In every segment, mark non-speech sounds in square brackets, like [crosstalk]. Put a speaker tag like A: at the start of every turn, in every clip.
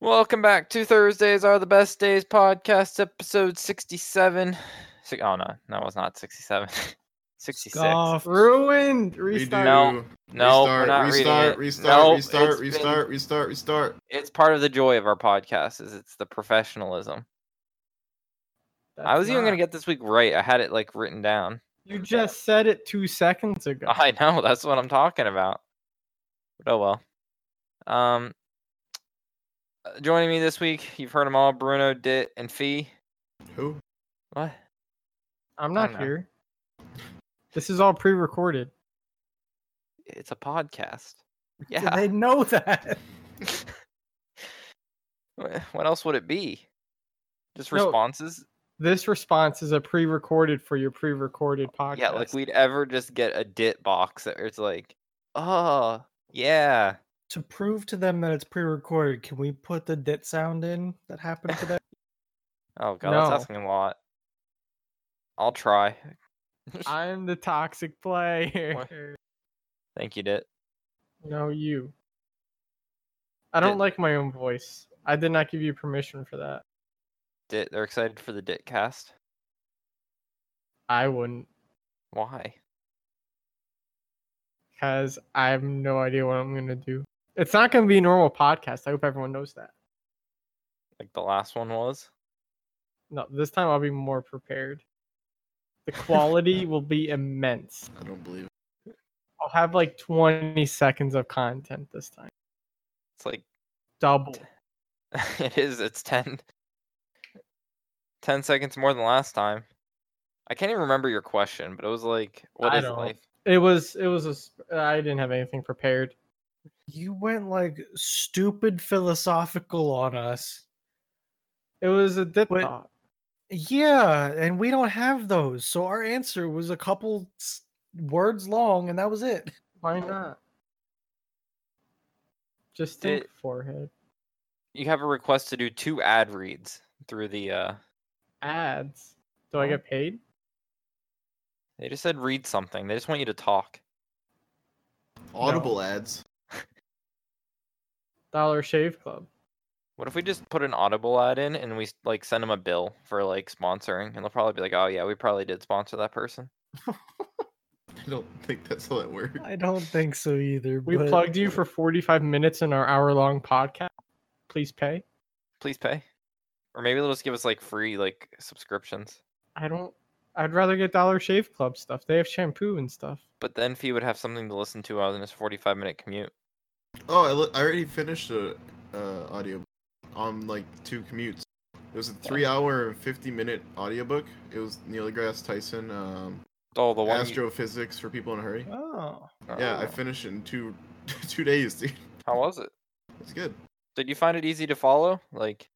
A: Welcome back to Thursdays Are the Best Days podcast, episode 67. Si- oh, no, no, it's not [laughs] 67. 66.
B: Golf ruined. Restart.
A: No, no, we're
C: restart,
A: not reading
C: restart,
A: it.
C: restart,
A: No, it's
C: restart,
A: been-
C: restart, restart, restart.
A: It's part of the joy of our podcast is it's the professionalism. I
B: That's
A: was even
B: not-
A: going to get this week right. I had it like written down.
B: You just said it two seconds ago.
A: [laughs] I know, that's what I'm talking about. But oh well. Um uh, joining me this week, you've heard them all, Bruno, Dit, and Fee.
C: Who?
A: What?
B: I'm
A: I
B: not
A: know.
B: here. This is all pre-recorded.
A: It's a podcast. Yeah.
B: They know [laughs] that.
A: Wh- [laughs] What else would it be? Just
B: No,
A: responses?
B: This response is a pre-recorded for your pre-recorded podcast.
A: Yeah, like we'd ever just get a dit box that it's like, oh yeah,
D: to prove to them that it's pre-recorded, can we put the dit sound in that happened
A: [laughs]
D: today?
A: oh god, that's
B: No.
A: asking a lot. I'll try.
B: I'm the toxic player.
A: Thank you, dit.
B: no, you. I don't
A: Did-
B: like my own voice. I did not give you permission for that.
A: Dit, they're excited for the dit cast.
B: I wouldn't,
A: Why?
B: because I have no idea what I'm gonna do. It's not gonna be a normal podcast. I hope everyone knows that.
A: Like the last one was.
B: No, this time I'll be more prepared. The quality will be immense.
C: I don't believe. it.
B: I'll have like 20 seconds of content this time.
A: It's like [laughs]
B: Double.
A: it is. It's 10, 10 seconds more than last time. I can't even remember your question, but it was like, what
B: I
A: is
B: don't.
A: life?
B: It was it was a s- I didn't have anything prepared.
D: you went like stupid philosophical on us.
B: It was a dip
D: Wait.
B: thought.
D: Yeah, and we don't have those. So our answer was a couple s- words long and that was it. [laughs]
B: Why not? Just think
A: Did-
B: forehead.
A: You have a request to do two ad reads through the uh
B: Ads. Do I get paid?
A: They just said read something. They just want you to talk.
C: Audible ads. [laughs]
B: Dollar Shave Club.
A: What if we just put an Audible ad in and we s- like send them a bill for like sponsoring, and they'll probably be like, "Oh yeah, we probably did sponsor that person."
C: I don't think that's how it works.
D: I don't think so either.
B: We
D: but-
B: plugged you for 45 minutes in our hour long podcast. Please pay.
A: Please pay, or maybe they'll just give us like free like subscriptions.
B: I don't I'd rather get Dollar Shave Club stuff. They have shampoo and stuff.
A: But then Fee would have something to listen to on his forty-five minute commute.
C: Oh, I, li- I already finished the uh, audio on like two commutes. It was a three-hour and fifty-minute audiobook. It was Neil deGrasse Tyson, um,
A: Oh, the one. you-
C: astrophysics for people in a hurry.
D: Oh.
C: Yeah, I
A: Oh,
C: finished it in two [laughs] two days, dude.
A: How was it?
C: It's good.
A: Did you find it easy to follow? Like,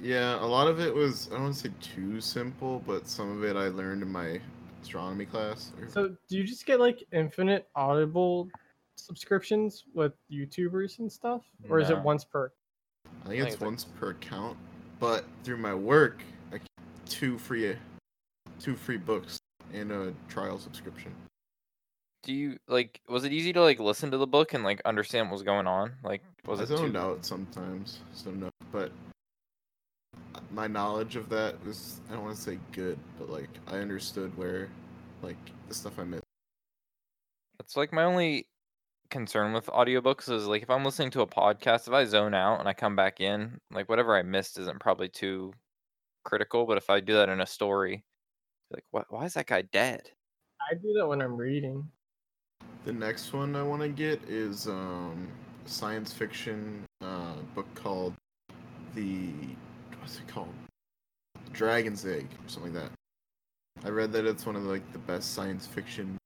C: Yeah, a lot of it was I don't want to say too simple, but some of it I learned in my astronomy class. or-
B: So do you just get like infinite audible subscriptions with YouTubers and stuff? Or is it
A: No.
B: once per?
C: I think
A: I think
C: it's
A: it's like-
C: once per account, but through my work, I get two free, two free books and a trial subscription.
A: do you like? Was it easy to like listen to the book and like understand what was going on? Like, was
C: I
A: it too?
C: zoned out sometimes, so no. But my knowledge of that was I don't want to say good, but like I understood where, like the stuff I missed.
A: That's like my only concern with audiobooks is like if I'm listening to a podcast, if I zone out and I come back in, like whatever I missed isn't probably too critical. But if I do that in a story, like why, why is that guy dead?
B: I do that when I'm reading.
C: The next one I want to get is um a science fiction uh book called the what's it called Dragon's Egg or something like that. I read that it's one of like the best science fiction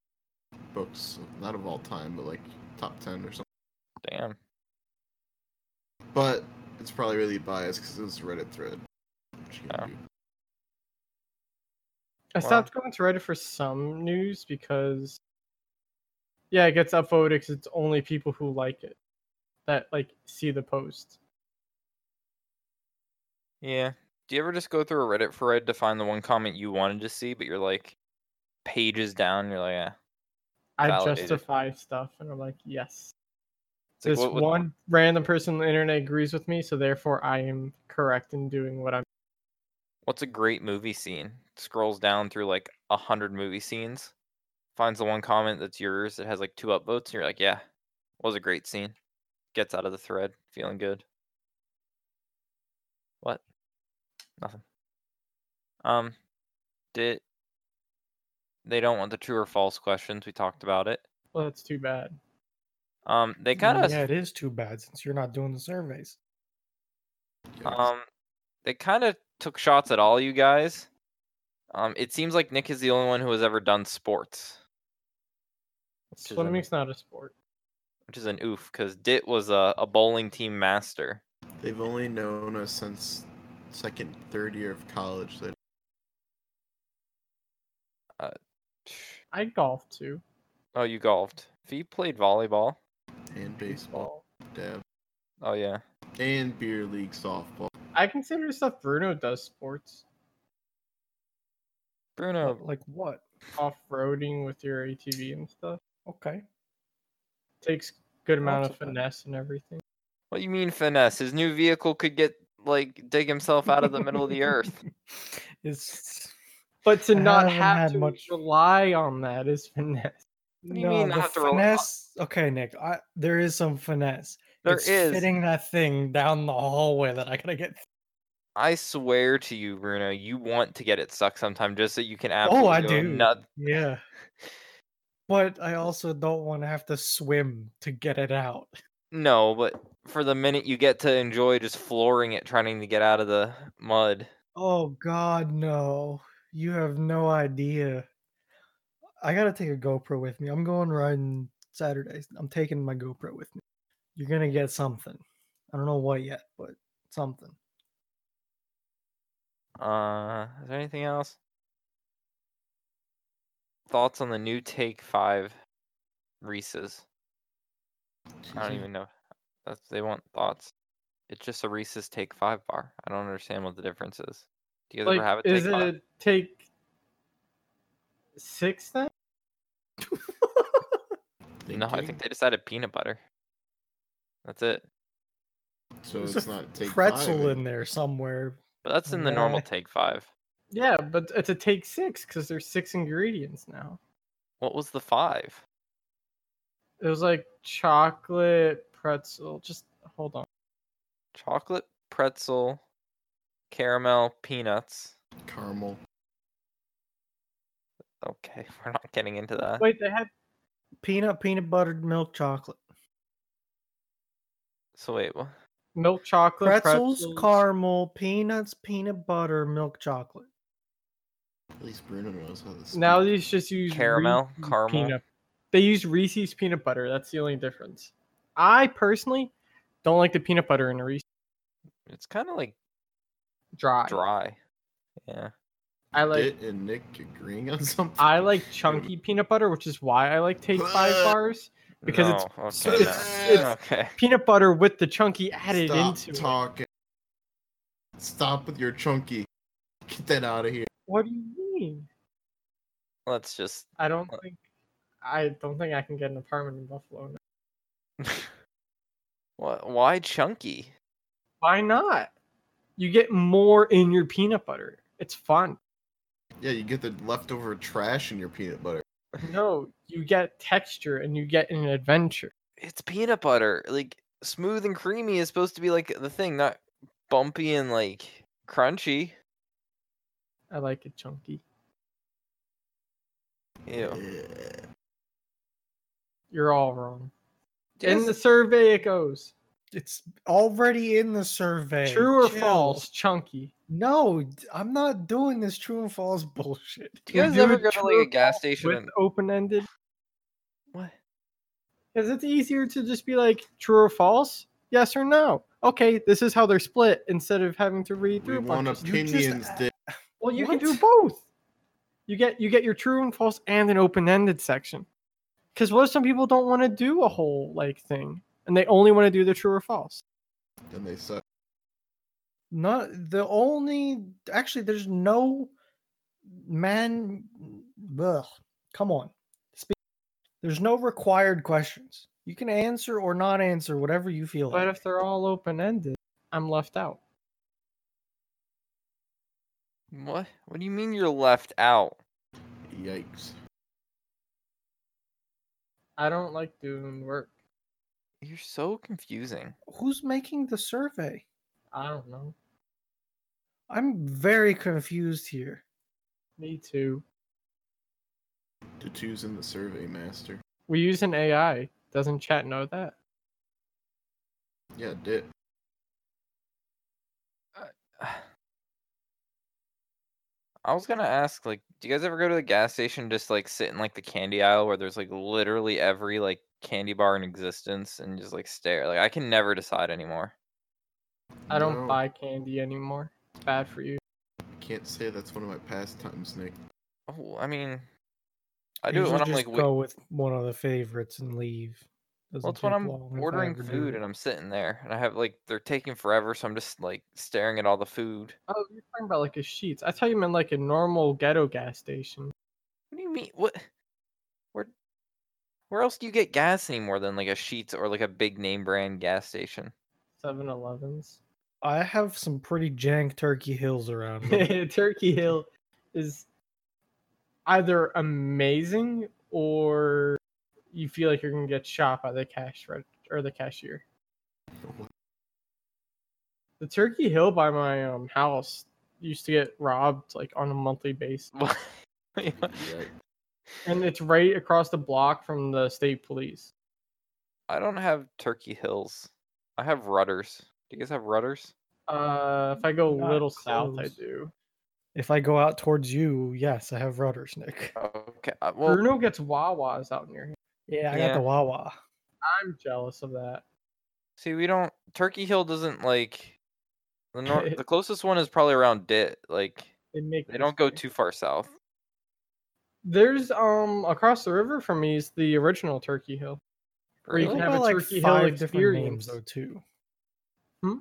C: books, not of all time, but like top ten or something.
A: Damn.
C: But it's probably really biased because it was a Reddit thread. Which you
A: Oh.
C: can do.
B: I
A: Wow.
B: stopped going to Reddit for some news because yeah, it gets upvoted because it's only people who like it that like see the post.
A: Yeah. Do you ever just go through a Reddit thread to find the one comment you wanted to see, but you're like pages down, you're like, eh.
B: I
A: Validated.
B: justify stuff and I'm like, yes.
A: It's like,
B: this
A: what- what-
B: one random person on the internet agrees with me, so therefore I am correct in doing what I'm.
A: What's a great movie scene? Scrolls down through like a hundred movie scenes, finds the one comment that's yours that has like two upvotes, and you're like, yeah, was a great scene. Gets out of the thread, feeling good. What? Nothing. Um, did they don't want the true or false questions? We talked about it.
B: Well, that's too bad.
A: Um, they
D: Well,
A: kind of
D: yeah, it is too bad since you're not doing the surveys.
C: Yikes.
A: Um, they kind of took shots at all you guys. Um, it seems like Nick is the only one who has ever done sports, is an-
B: Swimming's not a sport.
A: which is an oof because Dit was a, a bowling team master.
C: They've only known us since second, third year of college. They
B: I golf too.
A: Oh, you golfed. If you played volleyball,
C: and baseball, dev,
A: oh yeah,
C: and beer league softball.
A: Oh,
B: I consider stuff Bruno does sports.
A: Bruno.
D: Like what?
B: Off roading with your ATV and stuff
D: Okay.
B: takes good amount
D: Lots
B: of
D: of fun.
B: finesse and everything.
A: What do you mean finesse? His new vehicle could get like dig himself out of the middle of
D: [laughs]
A: the earth.
D: It's
B: But to
D: I
B: not
D: haven't
B: have
D: had
B: to
D: much-
B: rely on that is [laughs] finesse.
A: What do you mean
D: the
A: not to rely on-
D: finesse? Okay, Nick. I, there is some finesse.
A: There
D: it's
A: is.
D: fitting that thing down the hallway that I gotta get.
A: I swear to you, Bruno, you want to get it sucked sometime just so you can absolutely
D: Oh, I
A: go
D: do.
A: nut-
D: Yeah. But I also don't want to have to swim to get it out.
A: No, but for the minute you get to enjoy just flooring it, trying to get out of the mud.
D: Oh God, no! You have no idea. I gotta take a GoPro with me. I'm going riding Saturday. I'm taking my GoPro with me. You're gonna get something. I don't know what yet, but something.
A: Uh, is there anything else? Thoughts on the new Take Five Reese's? I
B: Mm-hmm.
A: don't
C: Jeez,
A: even know. That's they want thoughts. It's just a Reese's Take Five bar. I don't understand what the difference is. Do you guys ever have
B: Like,
A: a Take
B: is it
A: Five?
B: a take six then?
A: No, I
B: [laughs]
A: think they just added peanut butter. That's it.
C: so.
D: There's
C: It's
D: a
C: not take
D: Pretzel
C: five, eh?
D: in there somewhere.
A: But that's in the normal Take Five.
B: Yeah, but it's a take six because there's six ingredients now.
A: What was the five?
B: It was like chocolate pretzel. Just hold on.
A: Chocolate pretzel, caramel peanuts.
C: caramel.
A: Okay, [laughs] we're not getting into that.
B: Wait, they had
D: Peanut, peanut buttered milk chocolate.
A: So wait, what?
B: milk chocolate
D: Pretzels, caramel, peanuts, peanut butter, milk chocolate.
C: At least Bruno knows how this.
B: Now these just use
A: Caramel,
B: Reese's
A: caramel.
B: Peanut. They use Reese's peanut butter. That's the only difference. I personally don't like the peanut butter in a Reese's
A: It's kind of like
B: dry.
A: dry. Yeah.
B: I like
C: Dit and Nick agreeing on [laughs] something.
B: I like chunky peanut butter, which is why I like Take Five bars. Because it's-
A: No,
B: so
A: okay.
B: it's-
A: no.
B: it's-
A: [laughs] okay.
B: Peanut butter with the chunky added
C: Stop
B: into it.
C: talking. Stop with your chunky. Get that out of here.
B: What do you mean?
A: Let's just. [laughs]
B: I don't
A: What?
B: think I don't think I can get an apartment in Buffalo. now.
A: what? Why chunky?
B: Why not? You get more in your peanut butter. It's fun.
C: Yeah, you get the leftover trash in your peanut butter.
B: No, you get texture and you get an adventure.
A: It's peanut butter. Like smooth and creamy is supposed to be like the thing, not bumpy and like crunchy.
B: I like it chunky.
A: Ew.
C: Yeah.
B: You're all wrong. In
A: Yes.
B: the survey it goes.
D: It's already in the survey.
B: True or
D: Chill.
B: false, chunky.
D: No, d- I'm not doing this true and false [laughs] bullshit.
A: Do you
B: you
A: guys
B: do
A: ever
B: it
A: go to
B: true
A: like
B: or
A: a gas station?
B: With
A: And...
B: open ended.
A: What?
B: Because it's easier to just be like true or false, yes or no. Okay, this is how they're split instead of having to read
C: We
B: through a
C: want
B: bunch of
D: You just-
C: opinions, Dit.
B: Well, you can do
D: What?
B: both. You get you get your true and false and an open-ended section. Because what if some people don't want to do a whole like thing and they only want to do the true or false?
C: And they suck.
D: Not the only. Actually, there's no man. Ugh, come on. Speak. There's no required questions. You can answer or not answer whatever you feel
B: But
D: like.
B: if they're all open ended, I'm left out.
A: What? What do you mean you're left out?
C: Yikes.
B: I don't like doing work.
A: You're so confusing.
D: Who's making the survey?
B: I don't know.
D: I'm very confused here.
B: Me too.
C: The two's in the survey, master.
B: We use an AI. Doesn't chat know that?
C: Yeah, dip.
A: I was gonna ask, like, do you guys ever go to the gas station just like sit in like the candy aisle where there's like literally every like candy bar in existence and just like stare? Like, I can never decide anymore.
B: I don't
C: No,
B: buy candy anymore. It's bad for you.
C: I can't say that's one of my pastimes, Nick.
A: Oh, I mean, I do it
D: usually
A: when I'm
D: just
A: like, wi-
D: go with one of the favorites and leave. Doesn't
A: well, it's when
D: take
A: I'm
D: long if I
A: ordering
D: ever do
A: food
D: it.
A: and I'm sitting there and I have like they're taking forever, so I'm just like staring at all the food.
B: Oh, you're talking about like a sheets. I thought you meant like a normal ghetto gas station.
A: What do you mean? What? Where? Where else do you get gas anymore than like a Sheets or like a big name brand gas station?
B: 7 Elevens.
D: I have some pretty jank Turkey Hills around
B: [laughs]
D: me.
B: Turkey Hill is either amazing or you feel like you're gonna get shot by the cash reg- or the cashier. The Turkey Hill by my um, house used to get robbed like on a monthly basis,
A: What?
C: Yikes.
B: and it's right across the block from the state police.
A: I don't have Turkey Hills. I have rudders. Do you guys have rudders?
B: Uh, if I go a
D: Not
B: little south, I
D: close.
B: do.
D: if I go out towards you, yes, I have rudders, Nick.
A: Okay. uh, Well,
B: Bruno gets Wawas out near him.
D: Yeah, I
A: Yeah.
D: got the Wawa.
B: I'm jealous of that.
A: see, we don't. Turkey Hill doesn't like the
B: [laughs]
A: nor- The closest one is probably around Dit. Like
B: They make
A: they don't go too far south.
B: There's um across the river from me is the original Turkey Hill. Or you
A: Really?
B: can
D: Go
B: have
D: by,
B: a
D: like
B: Turkey Hill
D: five different names
B: experience.
D: though too.
B: Hmm?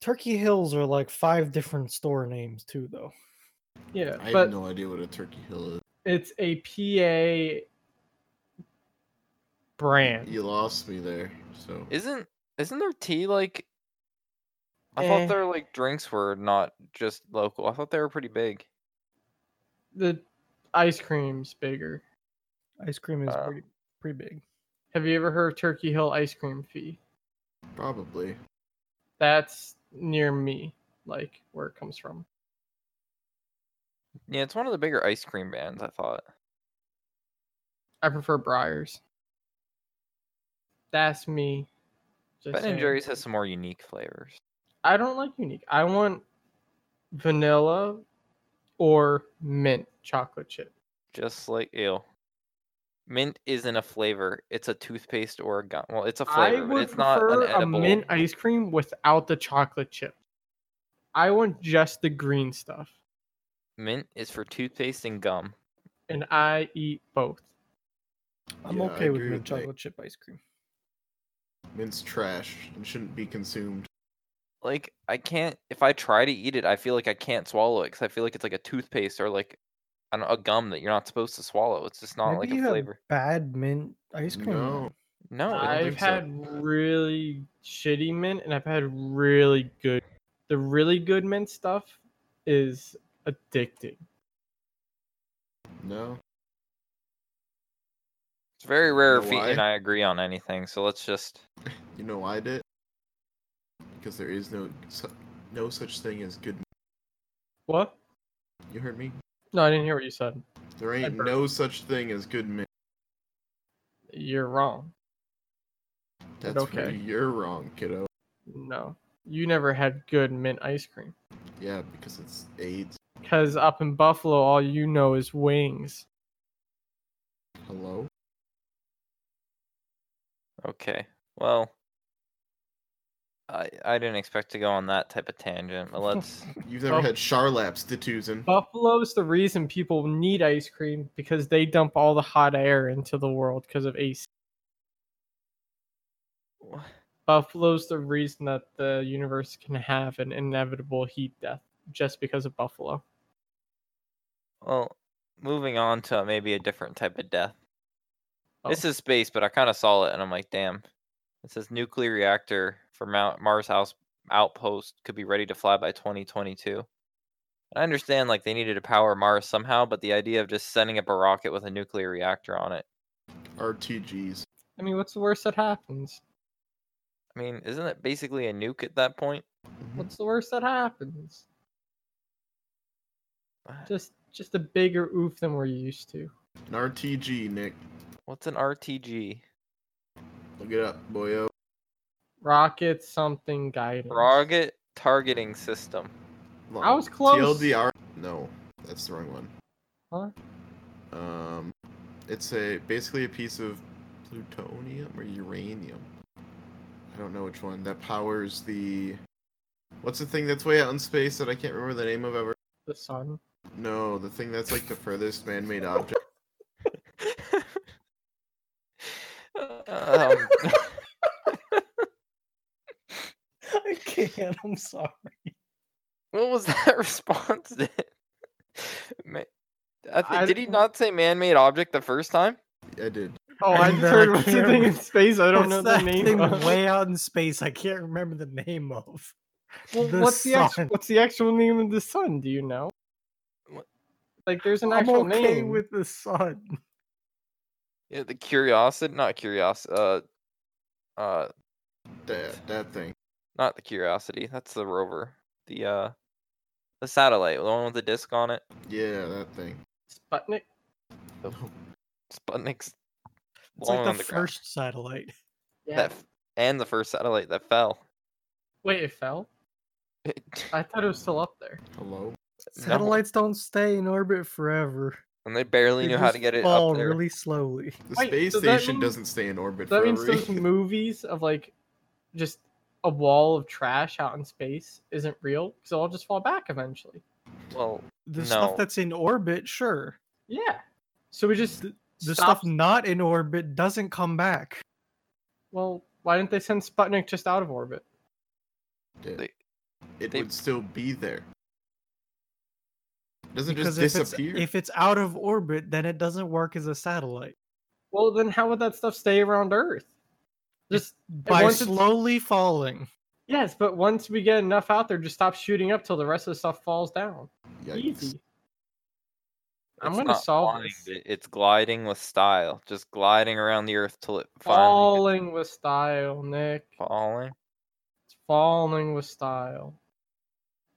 D: Turkey Hills are like five different store names too, though.
B: Yeah,
C: I
B: but
C: have no idea what a turkey hill is.
B: it's a PA brand.
C: You lost me there, so.
A: Isn't isn't their tea like? I thought
B: Eh.
A: their like drinks were not just local. I thought they were pretty big.
B: The ice cream's bigger.
D: Ice cream is
A: Uh,
D: pretty pretty big.
B: Have you ever heard of Turkey Hill ice cream fee?
C: Probably.
B: That's near me, like where it comes from.
A: Yeah, it's one of the bigger ice cream bands. I thought.
B: I prefer Briars. That's me. Just
A: Ben and
B: saying.
A: Jerry's has some more unique flavors.
B: I don't like unique. I want vanilla or mint chocolate chip.
A: Just like ew. Mint isn't a flavor. It's a toothpaste or a gum. Well, it's a
B: I
A: flavor, but
B: would
A: it's not an
B: prefer a
A: edible.
B: mint ice cream without the chocolate chip. I want just the green stuff,
A: Mint is for toothpaste and gum.
B: and I eat both.
D: I'm
C: Yeah, I
D: okay with
C: agree
D: mint
C: with Nick.
D: chocolate chip ice cream.
C: Mint's trash and shouldn't be consumed.
A: Like I can't. If I try to eat it, I feel like I can't swallow it because I feel like it's like a toothpaste or like I don't know, a gum that you're not supposed to swallow. It's just not
D: Maybe
A: like
D: you
A: a
D: have
A: flavor.
D: bad mint ice cream.
C: No.
D: then.
A: No,
C: I
B: I've
C: don't think so.
B: had really shitty mint, and I've had really good. The really good mint stuff is addicting.
C: No.
A: It's very rare
C: know
A: if Feet and I
C: why?
A: agree on anything, so let's just.
C: You know why I did? Because there is no su- no such thing as good.
B: What?
C: You heard me?
B: No, I didn't hear what you said.
C: There ain't
B: burped.
C: no such thing as good mint.
B: You're wrong.
C: That's where
B: okay.
C: you're wrong, kiddo.
B: No, you never had good mint ice cream.
C: Yeah, because it's AIDS.
B: Because up in Buffalo, all you know is wings.
C: Hello.
A: Okay. Well, I I didn't expect to go on that type of tangent, but let's.
C: You've never
B: Oh.
C: had Charlaps, Dituzen.
B: Buffalo's the reason people need ice cream because they dump all the hot air into the world because of AC.
A: Wha-
B: Buffalo's the reason that the universe can have an inevitable heat death just because of Buffalo.
A: Well, moving on to maybe a different type of death. This is space, but I kind of saw it and I'm like, damn. It says nuclear reactor for Mount Mars House outpost could be ready to fly by 2022. And I understand like they needed to power Mars somehow, but the idea of just sending up a rocket with a nuclear reactor on it.
C: RTGs.
B: I mean, what's the worst that happens?
A: I mean, isn't it basically a nuke at that point?
B: What's the worst that happens?
A: What?
B: Just just a bigger oof than we're used to.
C: Mm-hmm. An RTG, Nick.
A: What's an RTG?
C: Look it up, boyo.
B: Rocket something guidance.
A: Rocket targeting system. [laughs]
B: I was close.
C: TLDR. No, that's the wrong one.
B: Huh?
C: Um, it's a basically a piece of plutonium or uranium. I don't know which one that powers the. What's the thing that's way out in space that I can't remember the name of ever?
B: The sun.
C: No, the thing that's like the furthest man-made object.
A: um,
D: [laughs]
A: [laughs]
D: I can't. I'm sorry.
A: what was [laughs] that response? then? Ma- I thi-
B: I
A: did he
B: don't-
A: not say man-made object the first time?
C: I did.
B: Oh, I
D: And
B: just
D: then
B: heard [laughs]
D: I
B: what's the
D: can't
B: thing in
D: remember-
B: space. I don't
D: What's
B: know the
D: that
B: name.
D: thing
B: of.
D: way out in space. I can't remember the name of.
B: Well,
D: the
B: what's the actual,
D: sun.
B: what's the actual name of the sun? Do you know?
A: What?
B: Like, there's an
D: I'm
B: actual
D: okay
B: name.
D: with the sun.
A: Yeah, the curiosity, not curiosity. Uh, uh,
C: That that thing.
A: not the curiosity. That's the rover. The uh, the satellite, the one with the disc on it.
C: Yeah, that thing.
B: Sputnik.
A: Sputnik's
D: It's
A: long
D: like
A: on
D: the,
A: the ground.
D: first satellite.
B: Yeah.
A: That f- and the first satellite that fell. [laughs]
B: Wait, it fell. I thought it was still up there.
C: Hello.
A: No,
D: Satellites don't stay in orbit forever.
A: and they barely
D: They
A: knew how
D: just
A: to get it
D: fall
A: up there.
D: really slowly.
C: The
B: Wait,
C: space
B: does that
C: station
B: mean-
C: doesn't stay in orbit
B: That means
C: forever.
B: those movies of like just a wall of trash out in space isn't real because it'll all just fall back eventually.
A: Well,
D: The stuff
A: No.
D: that's in orbit, sure.
B: Yeah. So we just
D: The- The
B: stop-
D: stuff not in orbit doesn't come back.
B: Well, why didn't they send Sputnik just out of orbit?
C: Yeah.
A: They-
C: it
A: they-
C: would still be there. Does it
D: Because
C: just
D: if it's,
C: disappear?
D: if it's out of orbit, then it doesn't work as a satellite.
B: Well, then how would that stuff stay around Earth? Just
D: By
B: once it's-
D: slowly falling.
B: yes, but once we get enough out there, just stop shooting up till the rest of the stuff falls down.
C: Yikes.
B: Easy. I'm
A: it's
B: gonna
A: not
B: solve
A: flying,
B: this.
A: it- It's gliding with style, just gliding around the Earth till it finally
B: Falling with style, Nick.
A: gets falling.
B: It's falling with style.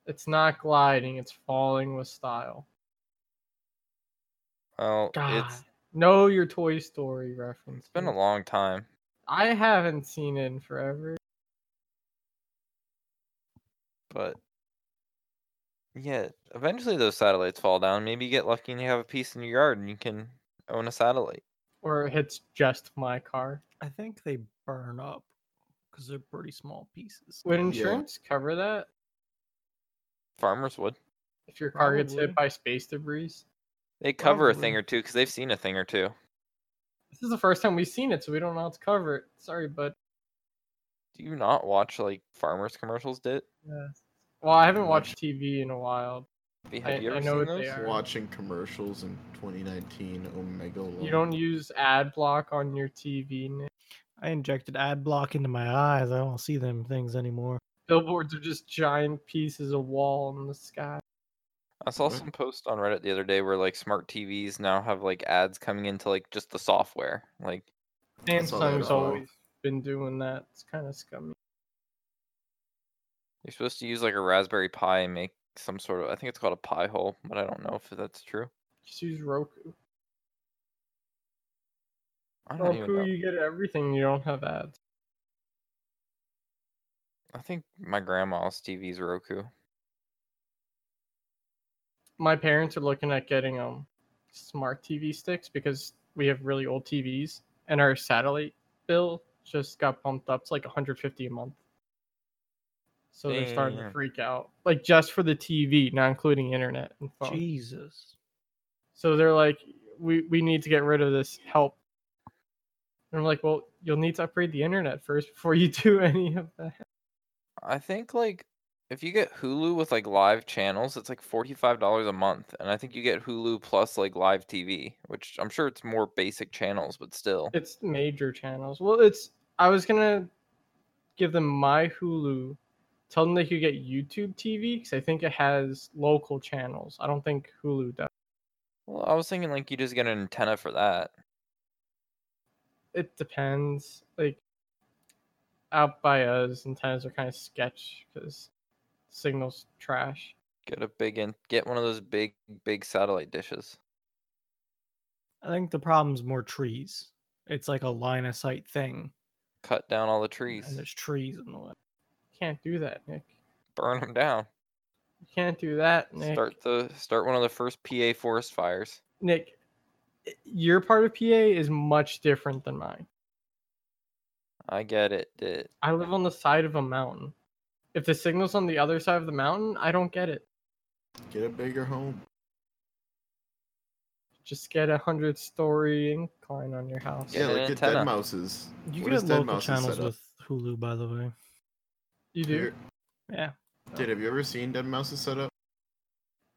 B: It's not gliding, it's falling with style.
A: Well,
B: God.
A: it's
B: Know your Toy Story reference.
A: it's been a long time.
B: I haven't seen it in forever.
A: but yeah, eventually those satellites fall down. Maybe you get lucky and you have a piece in your yard and you can own a satellite.
B: Or it's just my car.
D: I think they burn up because they're pretty small pieces.
B: Would
C: Yeah.
B: insurance cover that?
A: Farmers would.
B: if your car gets hit
D: Probably.
B: by space debris.
A: They cover a thing
D: Probably.
A: or two because they've seen a thing or two.
B: This is the first time we've seen it, so we don't know how to cover it. Sorry, but
A: Do you not watch like farmers commercials? Did
B: uh, well, I haven't
C: Watch-
B: watched TV in a while.
A: have you
B: I-
A: ever
B: I know
A: seen
B: what they
A: those?
B: are.
C: Watching commercials in 2019, Omega.
B: You don't use ad block on your TV. Nick.
D: I injected ad block into my eyes. I don't see them things anymore.
B: Billboards are just giant pieces of wall in the sky.
A: I saw
B: Mm-hmm.
C: What?
A: some post on Reddit the other day where like smart TVs now have like ads coming into like just the software. Like
C: saw that
B: Samsung's
C: as well.
B: always been doing that. It's kind of scummy.
A: you're supposed to use like a Raspberry Pi and make some sort of I think it's called a pie hole, but I don't know if that's true.
B: Just use Roku.
A: I don't even
B: Roku,
A: know.
B: you get everything. You don't have ads.
A: I think my grandma's TV's Roku.
B: My parents are looking at getting um smart TV sticks because we have really old TVs, and our satellite bill just got bumped up to like 150 a month. So they're starting to
A: Damn.
B: freak out, like just for the TV, not including internet and phone.
D: Jesus.
B: So they're like, we we need to get rid of this help. And I'm like, well, [laughs] you'll need to upgrade the internet first before you do any of that.
A: I think like if you get Hulu with like live channels, it's like forty five dollars a month, and I think you get Hulu plus like live TV, which I'm sure it's more basic channels, but still.
B: It's major channels. Well, it's I was gonna give them my Hulu, tell them they could get YouTube TV because I think it has local channels. I don't think Hulu does.
A: Well, I was thinking like you just get an antenna for that.
B: It depends. Like out by us, antennas are kind of sketch because signals trash.
A: Get a big and get one of those big big satellite dishes.
D: I think the problem's more trees. It's like a line of sight thing,
A: Cut down all the trees,
D: and there's trees in the way.
B: Can't do that, Nick.
A: burn them down.
B: You can't do that, Nick.
A: Start the start one of the first PA forest fires.
B: Nick, your part of PA is much different than mine.
A: I get it. It
B: I live on the side of a mountain. If the signal's on the other side of the mountain, I don't get it.
C: Get a bigger home.
B: Just get a hundred story incline on your house.
A: Yeah.
C: Yeah,
A: an
C: like get
A: antenna.
C: dead mouses.
D: You
C: What
D: get
C: is
D: local
C: Deadmau5's
D: channels
C: setup?
D: with Hulu, by the way.
B: You do
C: Here-
D: Yeah.
C: Dude, have you ever seen Dead Mouse's setup?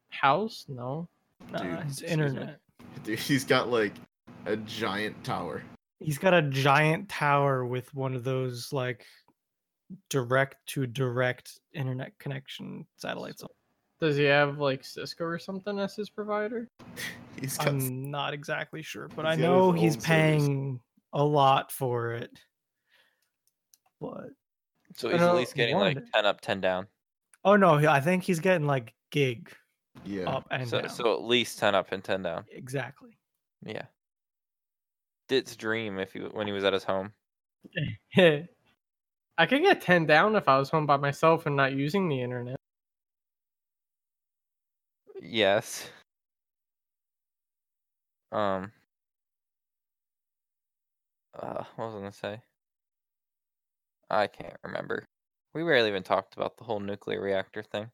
B: house? No.
D: Nah,
C: Dude, excuse
D: it's
C: me.
D: internet.
C: [laughs] Dude, he's got like a giant tower.
D: He's got a giant tower with one of those like direct to direct internet connection satellites. on-
B: Does he have like Cisco or something as his provider? [laughs]
C: He's got
D: I'm not exactly sure, but I
C: He's got his
D: know he's
C: own service.
D: paying a lot for it. But
A: so
B: I
A: he's at
B: know
A: least
D: you
A: getting like
D: wanted
A: ten up, ten down.
D: oh no, he- I think he's getting like gig
C: yeah.
D: up and
A: So
D: down.
A: so at least ten up and ten down.
D: exactly.
A: Yeah. Dit's dream if he when he was at his home.
B: I could get ten down if I was home by myself and not using the internet.
A: Yes. Um. Uh, what was I gonna say? I can't remember. We rarely even talked about the whole nuclear reactor thing.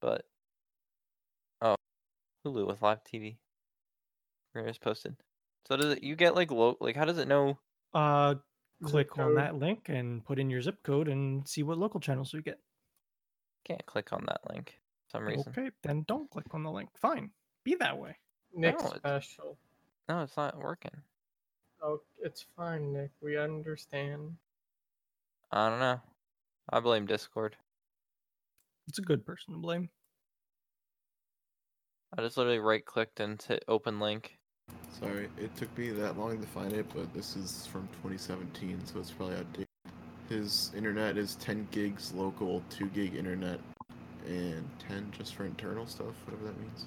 A: But oh, Hulu with live TV. Where it's posted. So does it? You get like low? Like how does it know?
D: Uh
B: Zip
D: click on
B: code.
D: that link and put in your zip code and see what local channels you get.
A: Can't click on that link for some reason.
D: Okay, then don't click on the link. Fine. Be that way.
B: Nick's
A: No, it-
B: special.
A: No, it's not working.
B: Oh, it's fine, Nick. We understand.
A: I don't know. I blame Discord.
D: It's a good person to blame.
A: I just literally right clicked and hit open link.
C: Sorry, it took me that long to find it, but this is from 2017, so it's probably outdated. His internet is 10 gigs local, 2 gig internet, and 10 just for internal stuff, whatever that means.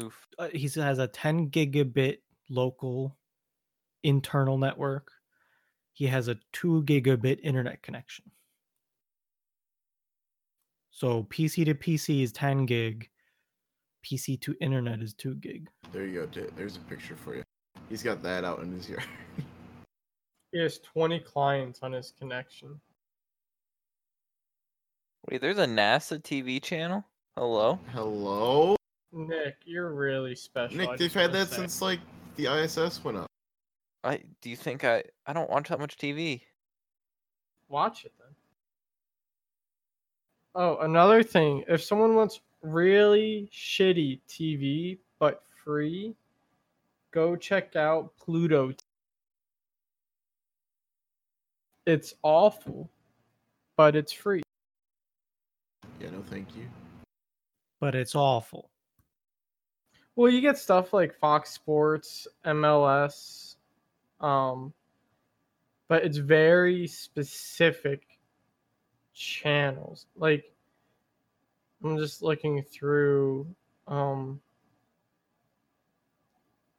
A: Oof.
D: uh, he s- has a 10 gigabit local internal network. He has a 2 gigabit internet connection. So PC to PC is 10 gig, PC to internet is 2 gig.
C: There you go, Dit. There's a picture for you. He's got that out in his yard.
B: He has twenty clients on his connection.
A: Wait, there's a NASA TV channel? Hello?
C: [laughs] Hello?
B: Nick, you're really special. I
C: Nick,
B: just
C: they've had
B: wanna
C: that
B: say.
C: since like the ISS went up.
A: I do you think I I don't watch that much TV.
B: Watch it then. Oh, another thing. If someone wants really shitty TV but free, go check out Pluto. T- It's awful, but it's free.
C: Yeah, no, thank you.
D: But it's awful.
B: Well, you get stuff like Fox Sports, MLS, um, but it's very specific channels. Like, I'm just looking through, um,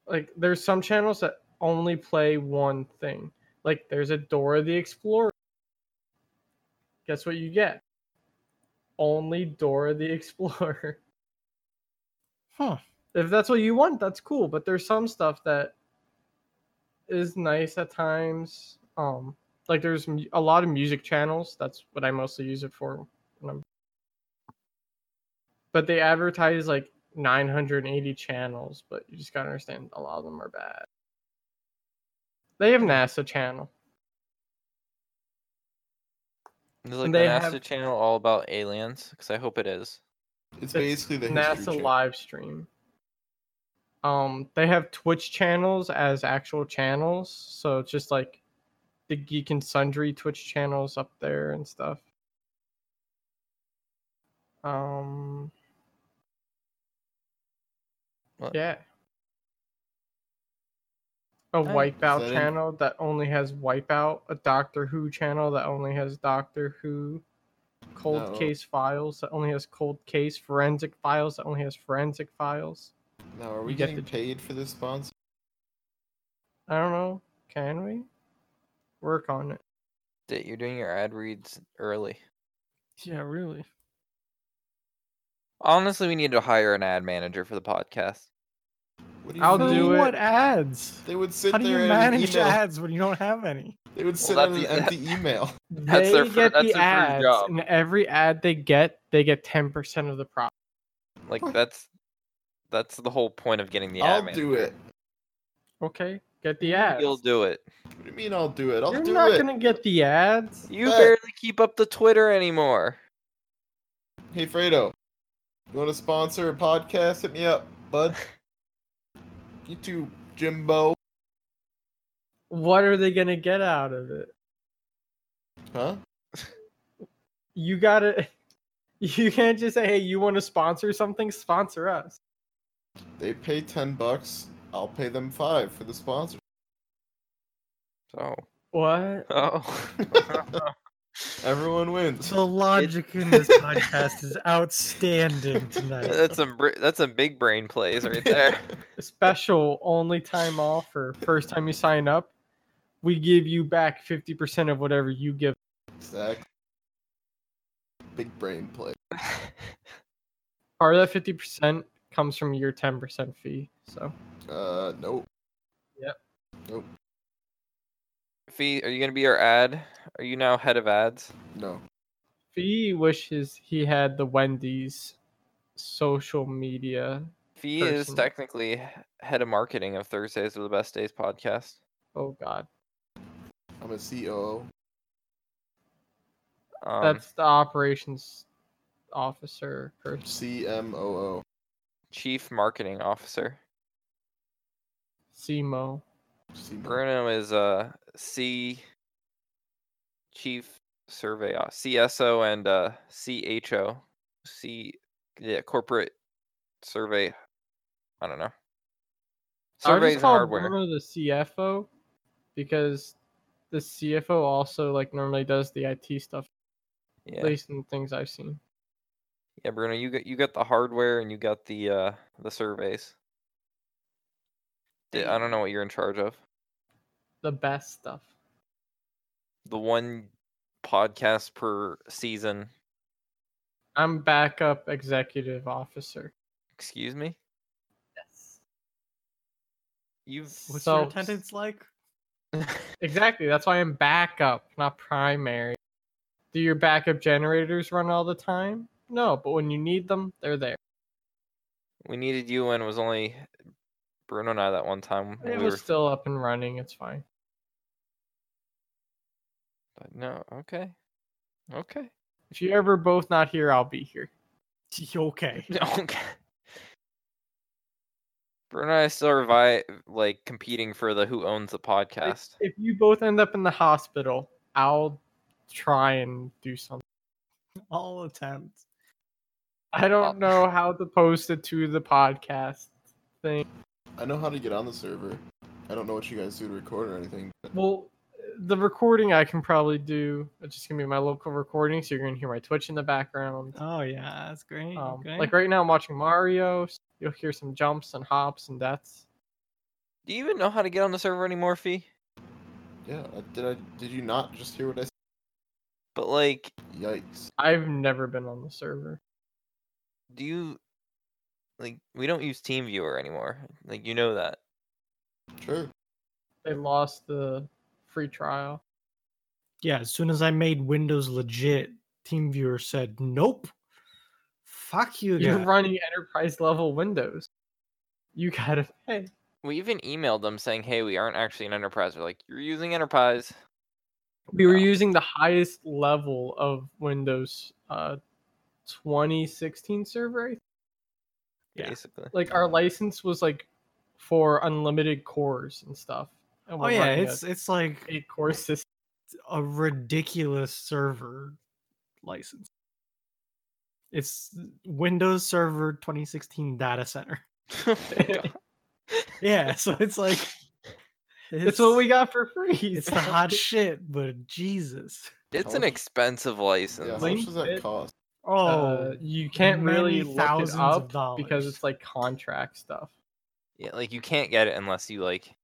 B: like there's some channels that only play one thing. Like, there's a Dora the Explorer. Guess what you get? Only Dora the [laughs] Explorer
D: Huh.
B: if that's what you want, that's cool. But there's some stuff that is nice at times. Um, like there's mu- a lot of music channels. That's what I mostly use it for. When I'm... But they advertise like 980 channels, but you just gotta understand a lot of them are bad. They have NASA channel.
A: Is like
B: they
A: the NASA
B: have-
A: channel all about aliens? Because I hope it is.
C: It's basically the
B: NASA
C: history channel.
B: live stream. Um, they have Twitch channels as actual channels, so it's just like the Geek and Sundry Twitch channels up there and stuff. Um,
A: What?
B: yeah, a
A: Nice.
B: Wipeout
C: Is that it?
B: channel that only has Wipeout, a Doctor Who channel that only has Doctor Who, Cold
C: No.
B: Case Files that only has Cold Case, Forensic Files that only has Forensic Files.
C: Now, are we
B: You get
C: getting
B: the-
C: paid for this sponsor?
B: I don't know. Can we work on it?
A: That you're doing your ad reads early.
B: Yeah, really.
A: Honestly, we need to hire an ad manager for the podcast.
C: What do
B: I'll
D: For
C: think?
B: do it.
D: What ads?
C: They would sit
D: How do you
C: there and
D: manage
C: email.
D: ads when you don't have any?
C: They would sit
A: Well,
C: on an
A: that's
C: empty
A: [laughs]
C: email.
A: That's
B: they
A: their fir-
B: get
A: that's their
B: the
A: first
B: ads,
A: job.
B: and every ad they get, they get ten percent of the profit.
A: Like
C: What?
A: that's that's the whole point of getting the ad
C: I'll
A: manager.
C: do it.
B: Okay, get the ads.
A: You'll do it.
C: What do you mean I'll do it? I'll
B: You're
C: do
B: not
C: it.
B: gonna get the ads.
A: You
C: Hey.
A: barely keep up the Twitter anymore.
C: Hey Fredo, you want to sponsor a podcast? Hit me up,
B: [laughs]
C: bud. you too, Jimbo.
B: What are they gonna get out of it?
C: Huh?
B: You gotta. [laughs] You can't just say, "Hey, you want to sponsor something? Sponsor us."
C: They pay ten bucks. I'll pay them five for the sponsor.
A: So
B: What?
A: oh [laughs]
C: Everyone wins.
D: The logic in this podcast is outstanding tonight.
A: that's some br- that's some big brain plays right
C: [laughs]
A: there.
B: Special only time offer. First time you sign up, we give you back fifty percent of whatever you give.
C: Exactly. Big brain play.
B: part of that fifty percent comes from your ten percent fee. So
C: Uh, nope.
A: Fee, are you gonna be our ad? Are you now head of ads?
C: No.
B: fee wishes he had the Wendy's social media.
A: Fee is
B: Person.
A: technically h- head of marketing of Thursdays of the Best Days podcast.
B: Oh God,
C: I'm a COO.
A: Um,
B: that's the operations officer person.
C: CMOO.
A: chief marketing officer.
B: CMO.
C: CMO.
A: Bruno is uh C chief survey o- CSO and uh CHO C yeah corporate survey I don't know.
B: I would
A: Surveys
B: just
A: and
B: call
A: hardware.
B: Bruno the CFO because the CFO also like normally does the IT stuff,
A: yeah.
B: at least in the things I've seen.
A: yeah, Bruno, you got you got the hardware and you got the uh the surveys. The- I don't know what you're in charge of.
B: The best stuff.
A: The one podcast per season.
B: I'm backup executive officer.
A: Excuse me.
B: Yes.
A: You've [laughs]
D: What's
B: So-
D: your attendance like?
B: Exactly. That's why I'm backup, not primary. Do your backup generators run all the time? No, but when you need them, they're there.
A: we needed you when it was only Bruno and I that one time. when
B: It
A: we
B: was
A: were-
B: still up and running. It's fine.
A: But no, okay. Okay. [laughs]
B: If you ever both not here, I'll be here.
D: Okay.
A: Okay. Bruno and I still are vi- like competing for the who owns the podcast.
B: If you both end up in the hospital, I'll try and do something.
D: [laughs] All attempts.
B: I don't know how to post it to the podcast thing.
C: I know how to get on the server. I don't know what you guys do to record or anything. but
B: Well, the recording I can probably do. It's just gonna be my local recording, so you're gonna hear my Twitch in the background.
D: Oh yeah, that's great.
B: Um,
D: okay.
B: Like right now, I'm watching Mario. so You'll hear some jumps and hops and deaths.
A: Do you even know how to get on the server anymore, Fee?
C: Yeah. I- Did I? Did you not just hear what I said?
A: But like,
C: Yikes.
B: I've never been on the server.
A: do you like we don't use TeamViewer anymore. Like you know that.
C: Sure.
B: They lost the free trial.
D: yeah, as soon as I made Windows legit, TeamViewer said, "Nope, fuck you
B: You're
D: guys."
B: running enterprise level Windows. You gotta pay.
A: We even emailed them saying, "Hey, we aren't actually an enterprise." Oh, We're like, "You're using enterprise."
B: [laughs] We were
A: Wow.
B: using the highest level of Windows uh, 2016 server. I think. Yeah.
A: basically. [laughs]
B: Like our license was like for unlimited cores and stuff. And
D: Oh
B: we're
D: yeah,
B: running a
D: it's it's like
B: eight core system.
D: a ridiculous server license. It's Windows Server 2016 data center.
A: Oh my God.
D: Yeah, [laughs] so it's like
B: It's, what we got for free.
D: It's the hot shit, but Jesus.
A: it's an
C: much-
A: expensive
C: Yeah, how
A: license.
C: much does
B: Link
C: that
B: it.
C: cost?
D: Oh,
B: Uh, you can't really
D: many
B: look it
D: thousands of
B: up
D: dollars.
B: because it's like contract stuff.
A: Yeah, like you can't get it unless you like.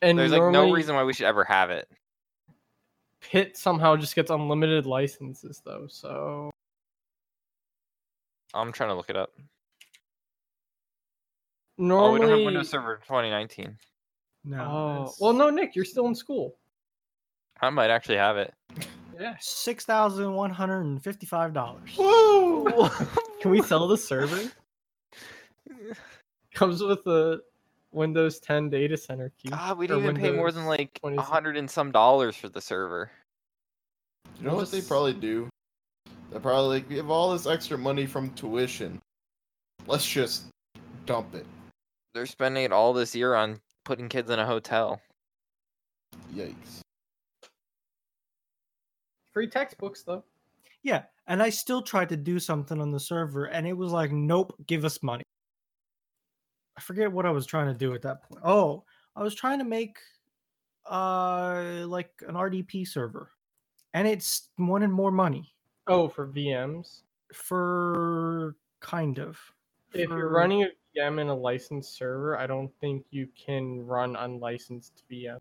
B: And
A: There's like
B: normally,
A: no reason why we should ever have it.
B: Pitt somehow just gets unlimited licenses though. So
A: I'm trying to look it up.
B: normally,
A: oh, we don't have Windows Server 2019.
D: no.
B: Oh,
D: it's
B: well, no, Nick, you're still in school.
A: I might actually have
B: [laughs]
A: it.
B: Yeah.
D: six thousand one hundred and fifty-five dollars.
A: [laughs]
C: Whoa!
B: Can we sell the server?
D: [laughs]
B: Comes with the Windows 10 data center key.
A: God, we
B: Or
A: didn't even pay more than
B: Windows
A: like a
B: 26.
A: hundred and some dollars for the server.
C: You know what they
B: Just-
C: probably do? They probably like we have all this extra money from tuition. Let's just dump it.
A: They're spending it all this year on putting kids in a hotel.
C: Yikes.
B: Free textbooks though.
D: Yeah, and I still tried to do something on the server, and it was like, nope, give us money. I forget what I was trying to do at that point. Oh, I was trying to make uh like an RDP server, and it's wanted more money
B: Oh, for VMs.
D: for kind of.
B: If
D: for-
B: you're running a VM in a licensed server, I don't think you can run unlicensed VM.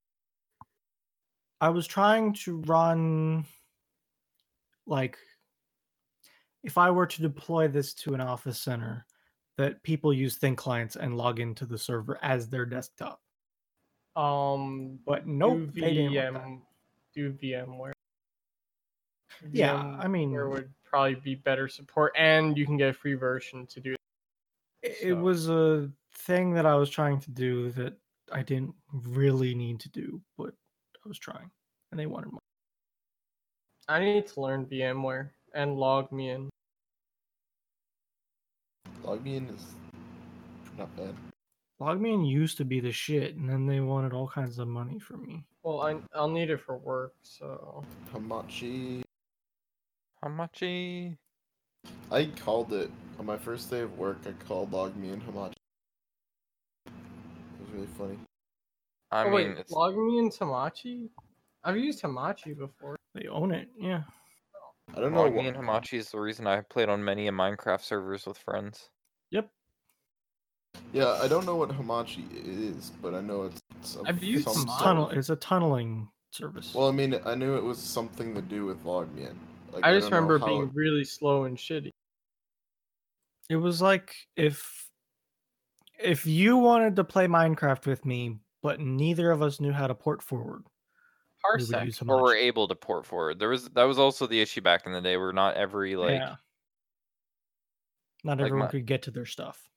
D: I was trying to run like if I were to deploy this to an office center that people use thin clients and log into the server as their desktop.
B: Um,
D: But nope,
B: do
D: they didn't want that.
B: VM, do VMware.
D: Yeah, I mean-
B: there would probably be better support, and you can get a free version to do. it.
D: It it
B: So-
D: was a thing that I was trying to do that I didn't really need to do, but I was trying and they wanted more.
B: I need to learn VMware and log me in.
C: Log me in is not bad.
D: Logman used to be the shit and then they wanted all kinds of money from me.
B: Well, I I'll need it for work, so
C: Hamachi.
A: How much? eh?
C: I called it on my first day of work. I called Log Me and Hamachi. It was really funny.
A: I
B: oh,
A: mean,
B: wait,
A: it's,
B: log me in Hamachi. I've used Hamachi before.
D: They own it, yeah.
C: I don't know.
A: Log
C: why-
A: Me and Hamachi is the reason I played on many a Minecraft servers with friends.
C: Yeah, I don't know what Hamachi is, but I know it's. it's a-
B: I've used
C: some
D: It's
B: Hamachi.
C: sort
D: tunnel
C: of-
D: it's a tunneling service.
C: Well, I mean, I knew it was something to do with Log Me in. Like,
B: I just
C: don't know
B: remember
C: how
B: being
C: it-
B: really slow and shitty.
D: It was like if if you wanted to play Minecraft with me, but neither of us knew how to port forward. we would
B: Parsec.
D: use
A: Or were
D: Hamachi.
A: able to port forward. There was that was also the issue back in the day where not every like
D: yeah. Not
A: like
D: everyone
A: my-
D: could get to their stuff.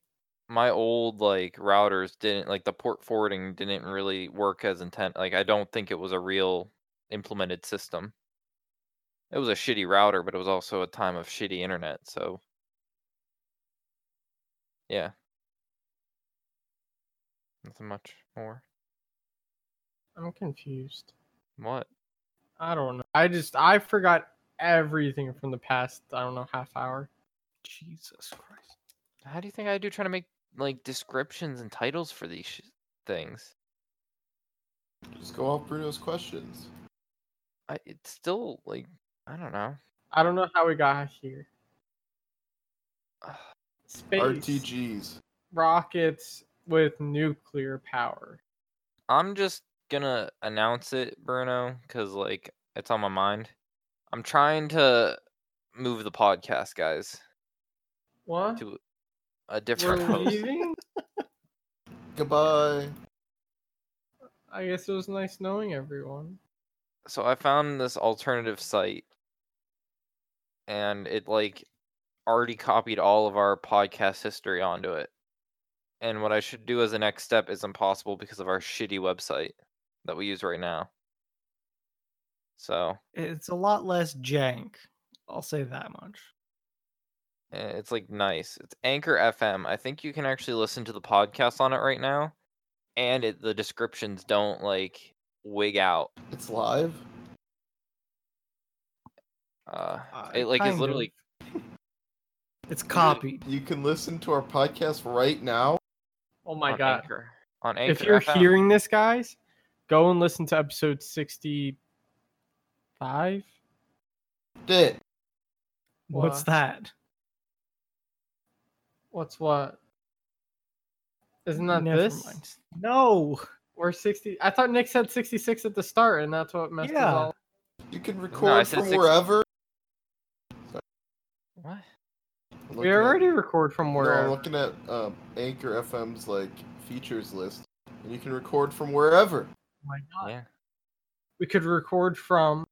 A: my old like routers didn't like the port forwarding didn't really work as intent like i don't think it was a real implemented system it was a shitty router but it was also a time of shitty internet so yeah nothing much more
B: I'm confused.
A: what
B: I don't know. I just I forgot everything from the past. I don't know half hour.
D: Jesus Christ.
A: how do you think i do trying to make like descriptions and titles for these sh- things
C: Just go off Bruno's questions.
A: i it's still like i don't know
B: I don't know how we got here. Space
C: RTGs.
B: rockets with nuclear power.
A: I'm just gonna announce it, Bruno, because like it's on my mind. I'm trying to move the podcast, guys,
B: What?
A: to a different
B: We're
A: host.
B: leaving?
C: Goodbye.
B: I guess it was nice knowing everyone.
A: So I found this alternative site, and it like already copied all of our podcast history onto it. And what I should do as a next step is impossible because of our shitty website that we use right now. So
D: It's a lot less jank. I'll say that much.
A: eh, it's like nice. It's Anchor FM. I think you can actually listen to the podcast on it right now, and it, the descriptions don't like wig out.
C: It's live.
A: Uh,
D: Uh,
A: it like
D: kind
A: is
D: of.
A: literally
D: It's copied.
C: You can listen to our podcast right now.
B: Oh my
A: on
B: god.
A: Anchor, on Anchor.
B: If you're
A: FM.
B: hearing this, guys, go and listen to episode 65.
C: Did
D: What's
B: What?
D: that?
B: What's what? Isn't that
D: Never
B: this?
D: mind. No.
B: Or 60? I thought Nick said 66 at the start, and that's what messed
D: Yeah.
B: us all.
C: you can record
A: I said
C: from
A: six-
C: wherever?
A: What?
B: we already record from
C: We're
B: where.
C: I'm looking at um, Anchor FM's like features list, and you can record from wherever.
B: my god.
A: Yeah.
B: We could record from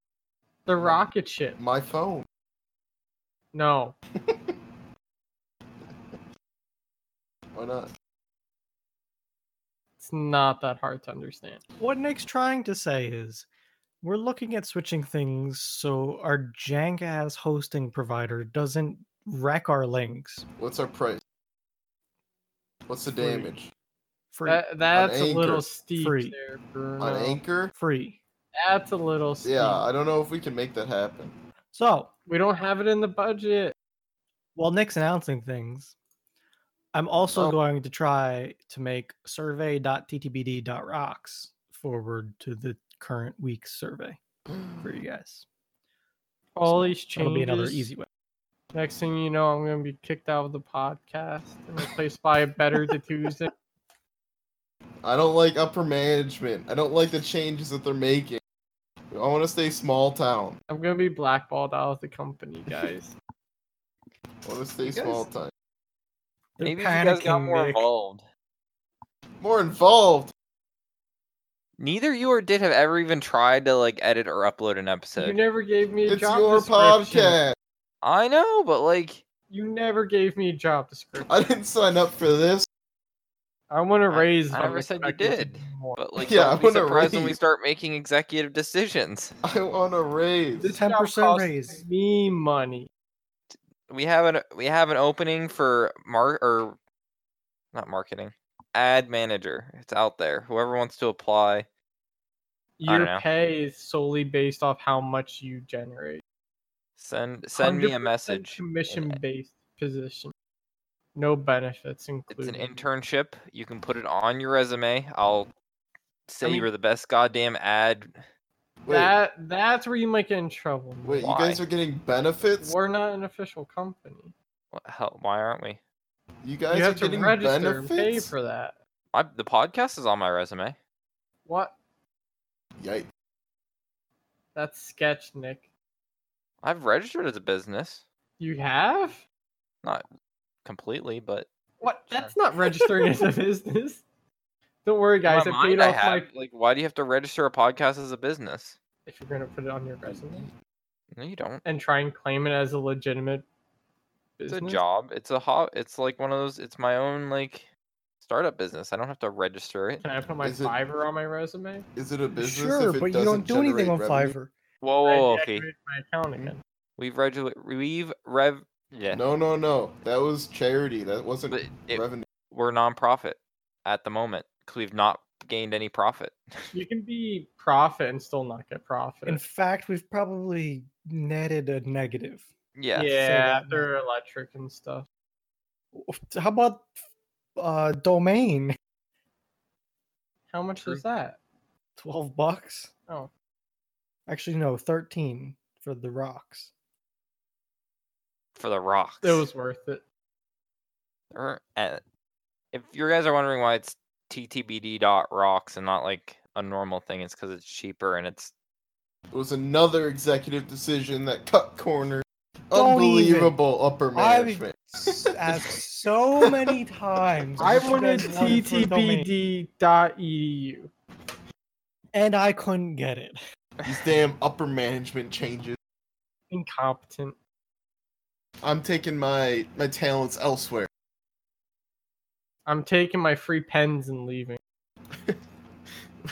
B: the rocket ship.
C: My phone.
B: No.
C: Why not?
B: It's not that hard to understand.
D: What Nick's trying to say is we're looking at switching things so our jank ass hosting provider doesn't wreck our links.
C: What's our price? What's the
D: Free.
C: damage
D: Free.
B: That, that's a
C: Anchor.
B: little steep
D: Free.
B: there,
C: on
B: Bruno.
C: Anchor?
D: Free.
B: That's a little steep.
C: Yeah, I don't know if we can make that happen.
D: So
B: We don't have it in the budget.
D: while Nick's announcing things, I'm also
C: Oh.
D: going to try to make survey.ttbd.rocks forward to the current week's survey for you guys.
B: All these changes.
D: It'll be another easy way.
B: Next thing you know, I'm gonna be kicked out of the podcast and replaced by a better to Tuesday.
C: I don't like upper management. I don't like the changes that they're making. I want to stay small town.
B: I'm gonna be blackballed out of the company, guys.
C: I want to stay
A: You guys-
C: small town.
D: They're
A: Maybe if you guys got
D: panicking,
A: more
D: Nick.
A: involved.
C: More involved.
A: Neither you or did have ever even tried to like edit or upload an episode.
B: You never gave me a
C: It's
B: job
C: your
B: description.
C: podcast.
A: I know, but like
B: You never gave me a job description.
C: I didn't sign up for this.
B: I want to
A: I-
B: raise.
A: I
B: my
A: never said you
B: expectations
A: did.
B: more.
A: But like,
C: Yeah,
A: yeah,
C: I
A: don't be
C: wanna
A: surprised when we
C: raise-
A: start making executive decisions.
C: I want a raise.
B: This job
D: 10%
B: costs
D: raise.
B: Me money.
A: We have an we have an opening for mar or not marketing, ad manager. It's out there. Whoever wants to apply. don't
B: Your
A: know.
B: pay is solely based off how much you generate.
A: Send send me a
B: 100%
A: message.
B: Commission based position. No benefits
A: It's an
B: included.
A: internship. You can put it on your resume. I'll say
B: mean-
A: you were the best goddamn ad.
C: Wait,
B: That that's where you might get in trouble. Nick.
C: wait, you guys
A: why?
C: are getting benefits?
B: We're not an official company.
A: What hell? Why aren't we?
C: You guys
B: you
C: are
B: have to
C: getting
B: register and pay
C: benefits?
B: for that.
A: My, the podcast is on my resume.
B: What?
C: Yikes.
B: That's sketch, Nick.
A: I've registered as a business
B: You have?
A: completely, but
B: What? That's not registering as a
C: [laughs]
B: business. Don't worry, guys.
A: in
B: I
A: my
B: paid
A: mind, I
B: off my.
A: have, like, why do you have to register a podcast as a business?
B: If you're gonna put it on your resume
A: No, you don't.
B: and try and claim it as a legitimate
A: It's
B: business,
A: a job. It's a ho- It's like one of those. It's my own like startup business. I don't have to register it.
B: can I put my
C: Is it-
B: Fiverr on my resume?
C: Is it a business?
D: Sure,
C: if it
D: but you
C: doesn't
D: don't do anything
C: generate
D: on
C: revenue?
D: Fiverr.
A: Whoa,
B: I
A: whoa, whoa, Oh, okay.
B: deactivate my account again.
A: We've registered. We've rev. Yeah,
C: No, no, no. That was charity. That wasn't
A: but it,
C: revenue.
A: we're nonprofit at the moment because we've not gained any profit. [laughs]
B: You can be profit and still not get profit.
D: In fact, we've probably netted a negative.
A: yeah.
B: yeah,
D: that-
B: they're electric and stuff.
D: How about uh domain? [laughs]
B: How much
A: True.
B: is that?
D: 12 bucks?
B: Oh.
D: Actually no, 13 for the rocks.
A: For the rocks.
B: It was worth it.
A: Or, uh, if you guys are wondering why it's ttbd dot rocks and not like a normal thing, it's because it's cheaper and it's
C: It was another executive decision that cut corners.
D: Don't even.
C: Unbelievable upper
D: I would-
C: management.
D: s- asked so many times.
B: I
D: if you
B: wanted
D: guys wanted for domain,
C: E
B: ttbd.edu.
D: and I couldn't get it.
C: These damn upper management changes.
B: Incompetent.
C: I'm taking my my talents elsewhere. [laughs]
B: I'm taking my free pens and leaving.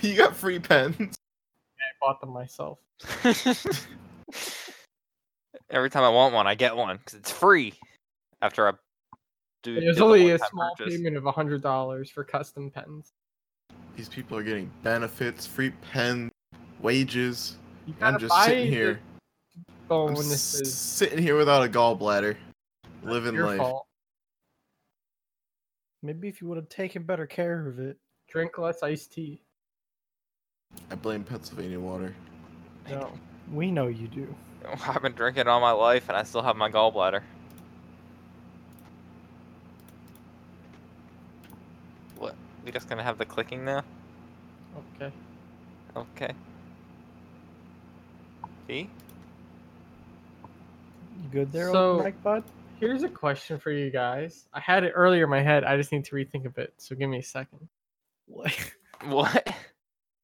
C: You got free pens.
B: I bought them myself.
A: [laughs] Every time I want one, I get one because it's free. After I do,
B: It
A: did
B: was
A: the
B: only a
A: one-time
B: small
A: purchase.
B: payment of hundred dollars for custom pens.
C: These people are getting benefits, free pens, wages.
B: You gotta
C: I'm just
B: buy
C: sitting
B: the
C: here. I'm s-
B: Bonuses.
C: sitting here without a gallbladder, living
B: Your
C: life.
B: fault.
D: Maybe if you would have taken better care of it.
B: Drink less iced tea.
C: I blame Pennsylvania water.
B: No.
D: We know you do.
A: [laughs] I've been drinking all my life, and I still have my gallbladder. What? We just gonna have the clicking now?
B: Okay.
A: Okay. See?
D: You good there,
B: So-
D: old Mike Bud?
B: Here's a question for you guys. I had it earlier in my head. I just need to rethink of it. So give me a second.
D: [laughs] What?
A: What?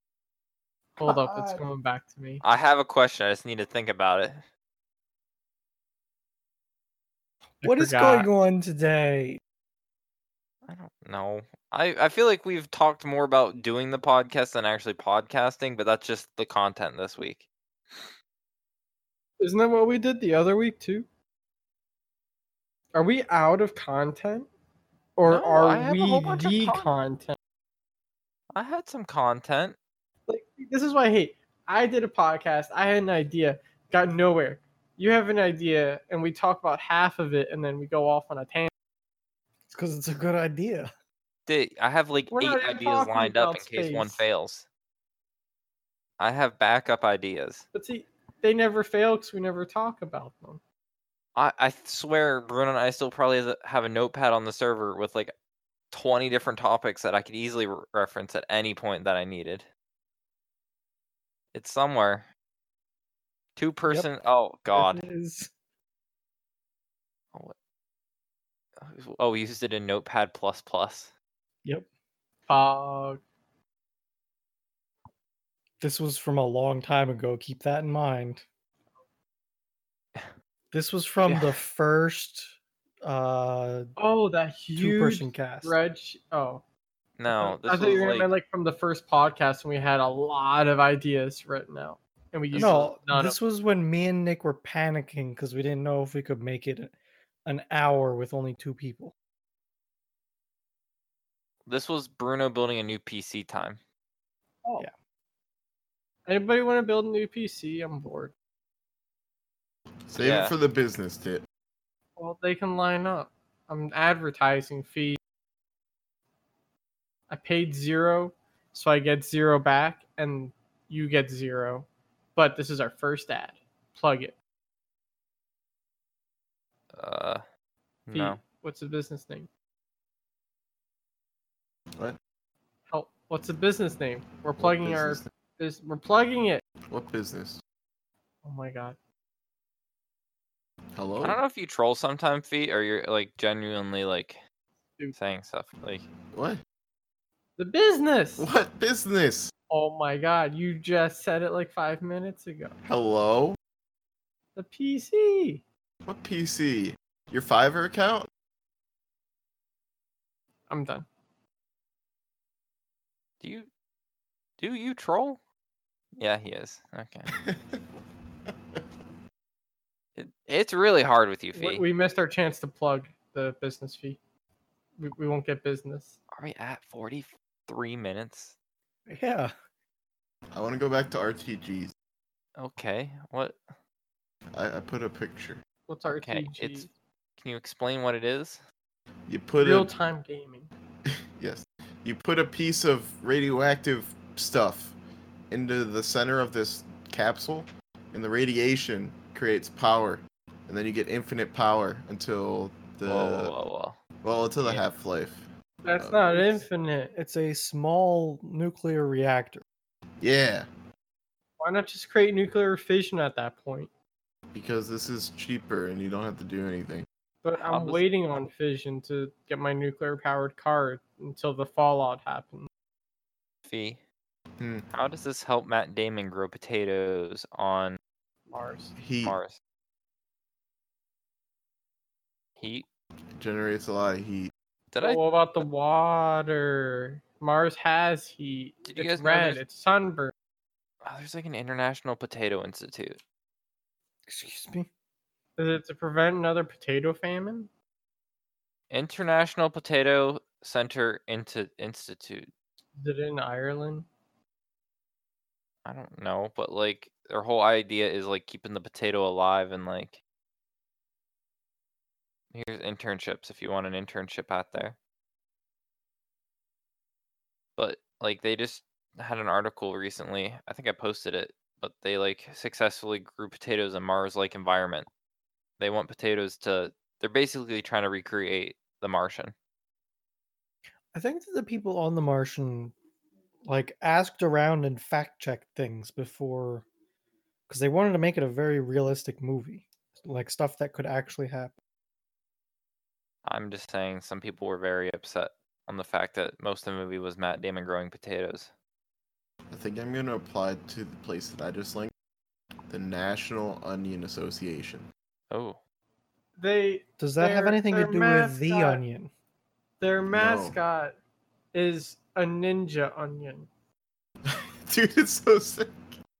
A: [laughs]
B: Hold up, it's
D: God.
B: coming back to me.
A: I have a question. I just need to think about it.
B: I
D: What is
B: forgot.
D: going on today?
A: I don't know. I, I feel like we've talked more about doing the podcast than actually podcasting, but that's just the content this week.
B: Isn't that what we did the other week too? Are we out of content, or
A: No, I
B: are
A: have a
B: we
A: whole bunch of
B: the
A: con-
B: content?
A: I had some content.
B: Like this is what I hate. I did a podcast. I had an idea, got nowhere. You have an idea, and we talk about half of it, and then we go off on a tangent.
D: It's because it's a good idea.
A: Did I have like
B: We're not
A: eight
B: even
A: ideas
B: talking
A: lined up in
B: about
A: case one
B: space.
A: fails? I have backup ideas.
B: But see, they never fail because we never talk about them.
A: I, I swear Bruno and I still probably has a- have a notepad on the server with like 20 different topics that I could easily re- reference at any point that I needed. It's somewhere. Two person. Oh, God.
D: It is.
A: Oh, we used it in Notepad plus plus.
B: Fog.
D: This was from a long time ago. Keep that in mind. This was from
A: Yeah.
D: the first uh
B: Oh, that
D: two
B: huge
D: person cast.
B: red. Sh- oh,
A: No, this
B: I
A: was
B: thought you were
A: like,
B: like... meant like from the first podcast when we had a lot of ideas written out and we used
D: No,
B: none
D: this
B: of
D: was when me and Nick were panicking because we didn't know if we could make it an hour with only two people.
A: this was Bruno building a new PC time.
B: anybody want to build a new PC. I'm bored.
C: Save
A: Yeah.
C: it for the business tip.
B: Well, they can line up. I'm advertising fee. I paid zero, so I get zero back, and you get zero. But this is our first ad. Plug it.
A: Uh,
B: Fee.
A: no.
B: What's the business name?
C: What?
B: Help. What's the business name? We're
C: What
B: plugging our.
C: business
B: Bus- we're plugging it.
C: name? What business?
B: Oh my god.
C: Hello.
A: I don't know if you troll sometime, Fee, or you're like genuinely like
B: Dude.
A: saying stuff. Like,
C: What?
B: The business.
C: What business?
B: Oh my god, you just said it like five minutes ago.
C: Hello.
B: The PC.
C: What PC? Your Fiverr account? [laughs]
B: I'm done.
A: do you do you troll? Yeah, he is. Okay. It, it's really hard with you, Fee.
B: We, we missed our chance to plug the business fee. We, we won't get business.
A: Are we at forty-three minutes?
D: Yeah.
C: I want to go back to RTGs.
A: Okay. What?
C: I, I put a picture.
B: What's RTG?
A: Okay, it's- Can you explain what it is?
C: You put
B: Real
C: a
B: time gaming.
C: yes. You put a piece of radioactive stuff into the center of this capsule, and the radiation creates power, and then you get infinite power until the
A: Whoa, whoa, whoa,
C: well until the
A: Yeah.
C: half life.
B: That's
C: Uh,
B: not
D: it's-
B: infinite.
D: It's a small nuclear reactor.
C: Yeah,
B: Why not just create nuclear fission at that point?
C: because this is cheaper and you don't have to do anything.
B: But
A: How
B: I'm
A: does-
B: waiting on fission to get my nuclear powered card until the fallout happens.
A: Fee.
C: Hmm.
A: How does this help Matt Damon grow potatoes on
B: Mars.
C: Heat
A: Mars? Heat?
C: generates a lot of heat.
A: Did
B: But
A: I?
B: what about the water? Mars has heat.
A: Did you
B: it's
A: guys know
B: red.
A: there's-
B: It's sunburn.
A: Oh, there's like an International Potato Institute.
D: Excuse me.
B: Is it to prevent another potato famine?
A: International Potato Center Inti- Institute.
B: Is it in Ireland?
A: I don't know, but like their whole idea is like keeping the potato alive and like here's internships if you want an internship out there. But like they just had an article recently. I think I posted it, but they like successfully grew potatoes in Mars-like environment. They want potatoes to they're basically trying to recreate the Martian.
D: I think that the people on the Martian like asked around and fact checked things before because they wanted to make it a very realistic movie, like stuff that could actually happen.
A: I'm just saying some people were very upset on the fact that most of the movie was Matt Damon growing potatoes.
C: I think I'm gonna apply to the place that I just linked, the National Onion Association.
A: Oh,
B: They
D: Does that have
B: Their-
D: anything to
B: their
D: do with the
B: mascot-
D: onion?
B: their mascot is a ninja onion.
C: [laughs] Dude, it's so sick.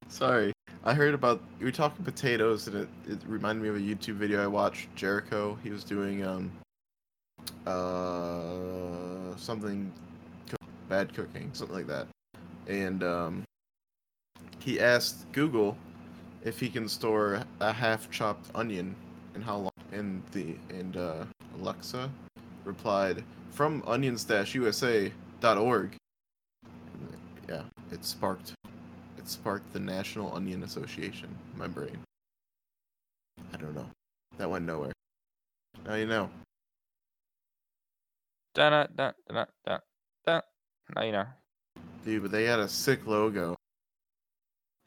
C: Sorry, I heard about you were talking potatoes, and it, it reminded me of a YouTube video I watched. Jericho, he was doing um, uh, something cook, bad cooking, something like that, and um, he asked Google if he can store a half-chopped onion and how long, and the and uh, Alexa replied from onion-usa.org. Yeah, it sparked it sparked the National Onion Association in my brain. I don't know. That went nowhere. Now you know.
A: dun dun dun dun dun. Now you know.
C: Dude, but they had a sick logo.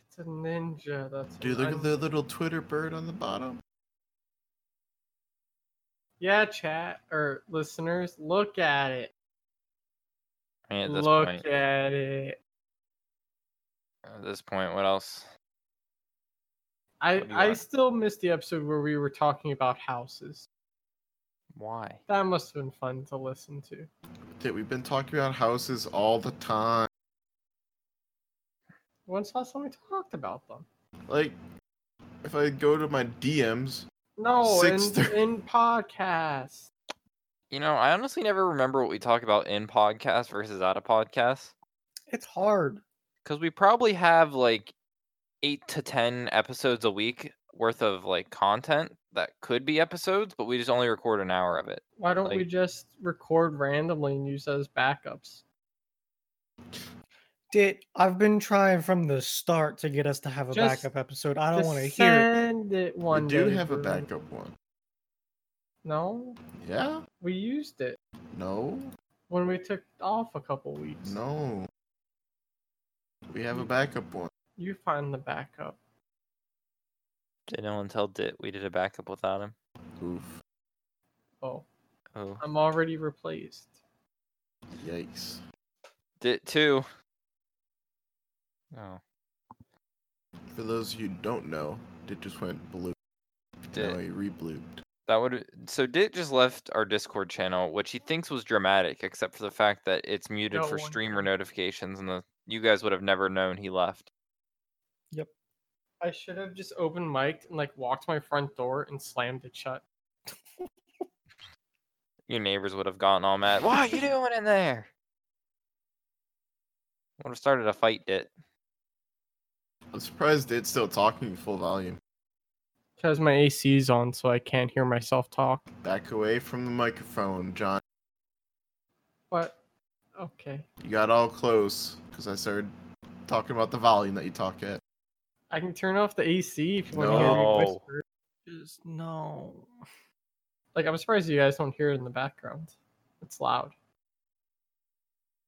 B: It's a ninja. That's an
C: Dude, look at
B: onion.
C: the little Twitter bird on the bottom.
B: yeah, chat or listeners, look at it.
A: I mean, at this
B: Look
A: point,
B: at it.
A: at this point, what else?
B: I
A: What do you
B: I
A: want?
B: still missed the episode where we were talking about houses.
A: Why?
B: That must have been fun to listen to.
C: Dude, we've been talking about houses all the time.
B: When's the last time we talked about them?
C: Like if I go to my DMs,
B: No, in,
C: Six thir-
B: in podcasts.
A: You know, I honestly never remember what we talk about in podcast versus out of podcast
D: It's hard.
A: because we probably have like eight to ten episodes a week worth of like content that could be episodes, but we just only record an hour of it.
B: Why don't we
A: Like-
B: just record randomly and use those backups?
D: Did I've been trying from the start to get us to have a
B: Just-
D: backup episode. I don't
B: Just
D: want to hear. it.
B: send it
C: we
B: one
C: do
B: day,
C: have a
B: Drew.
C: backup one.
B: No,
C: Yeah?
B: we used it
C: No?
B: when we took off a couple weeks.
C: No. We have a backup one.
B: You find the backup.
A: Did no one tell Dit we did a backup without him?
C: Oof.
B: Oh,
A: Oh,
B: I'm already replaced.
C: Yikes.
A: Dit too. Oh,
C: For those of you who don't know, it just went blue.
A: Dit.
C: No, he reblooped.
A: That would so Dit just left our Discord channel, which he thinks was dramatic, except for the fact that it's muted
B: No
A: for
B: one
A: streamer notifications, and the you guys would have never known he left.
B: I should have just open mic'd and like walked to my front door and slammed it shut.
A: Your neighbors would have gotten all mad. What are you doing in there? Would have started a fight, Dit.
C: I'm surprised it's still talking full volume.
B: Because my AC's on, so I can't hear myself talk.
C: Back away from the microphone, John.
B: But okay,
C: You got all close because I started talking about the volume that you talk at.
B: I can turn off the AC if you want to hear
A: No.
B: me whisper.
D: Just no.
B: Like I'm surprised you guys don't hear it in the background. It's loud.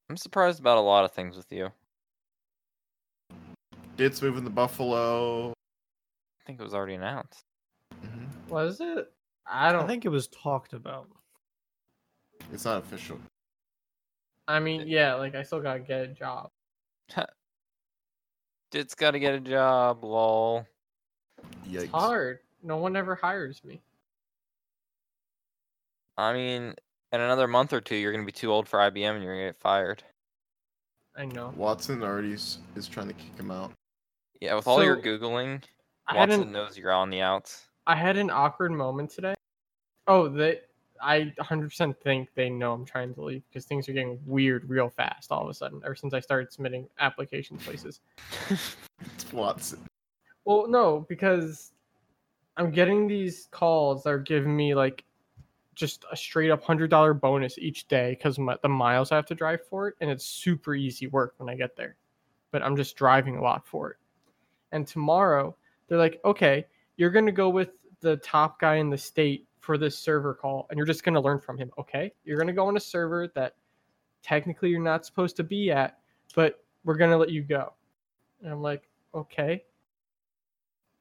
A: I'm surprised about a lot of things with you. I
C: Dit's moving the buffalo.
A: think it was already announced.
C: Mhm.
B: Was it? I don't
D: I think it was talked about. [laughs]
C: It's not official.
B: I mean, yeah, like I still gotta get a job.
A: Dit's got to get a job, lol.
C: Yikes.
B: It's hard. No one ever hires me.
A: I mean, in another month or two, you're gonna be too old for IBM, and you're gonna get fired.
B: I know.
C: Watson already is, is trying to kick him out.
A: Yeah, with all your
B: So,
A: googling,
B: I had
A: Watson
B: an
A: knows you're on the outs.
B: I had an awkward moment today. Oh, they I 100% think they know I'm trying to leave because things are getting weird real fast all of a sudden ever since I started submitting application places.
C: It's Watson.
B: Well, no, because I'm getting these calls that are giving me like just a straight up hundred dollar bonus each day because the miles I have to drive for it, and it's super easy work when I get there. But I'm just driving a lot for it. And tomorrow they're like, okay, you're gonna go with the top guy in the state for this server call, and you're just gonna learn from him. Okay, you're gonna go on a server that technically you're not supposed to be at, but we're gonna let you go. And I'm like, okay.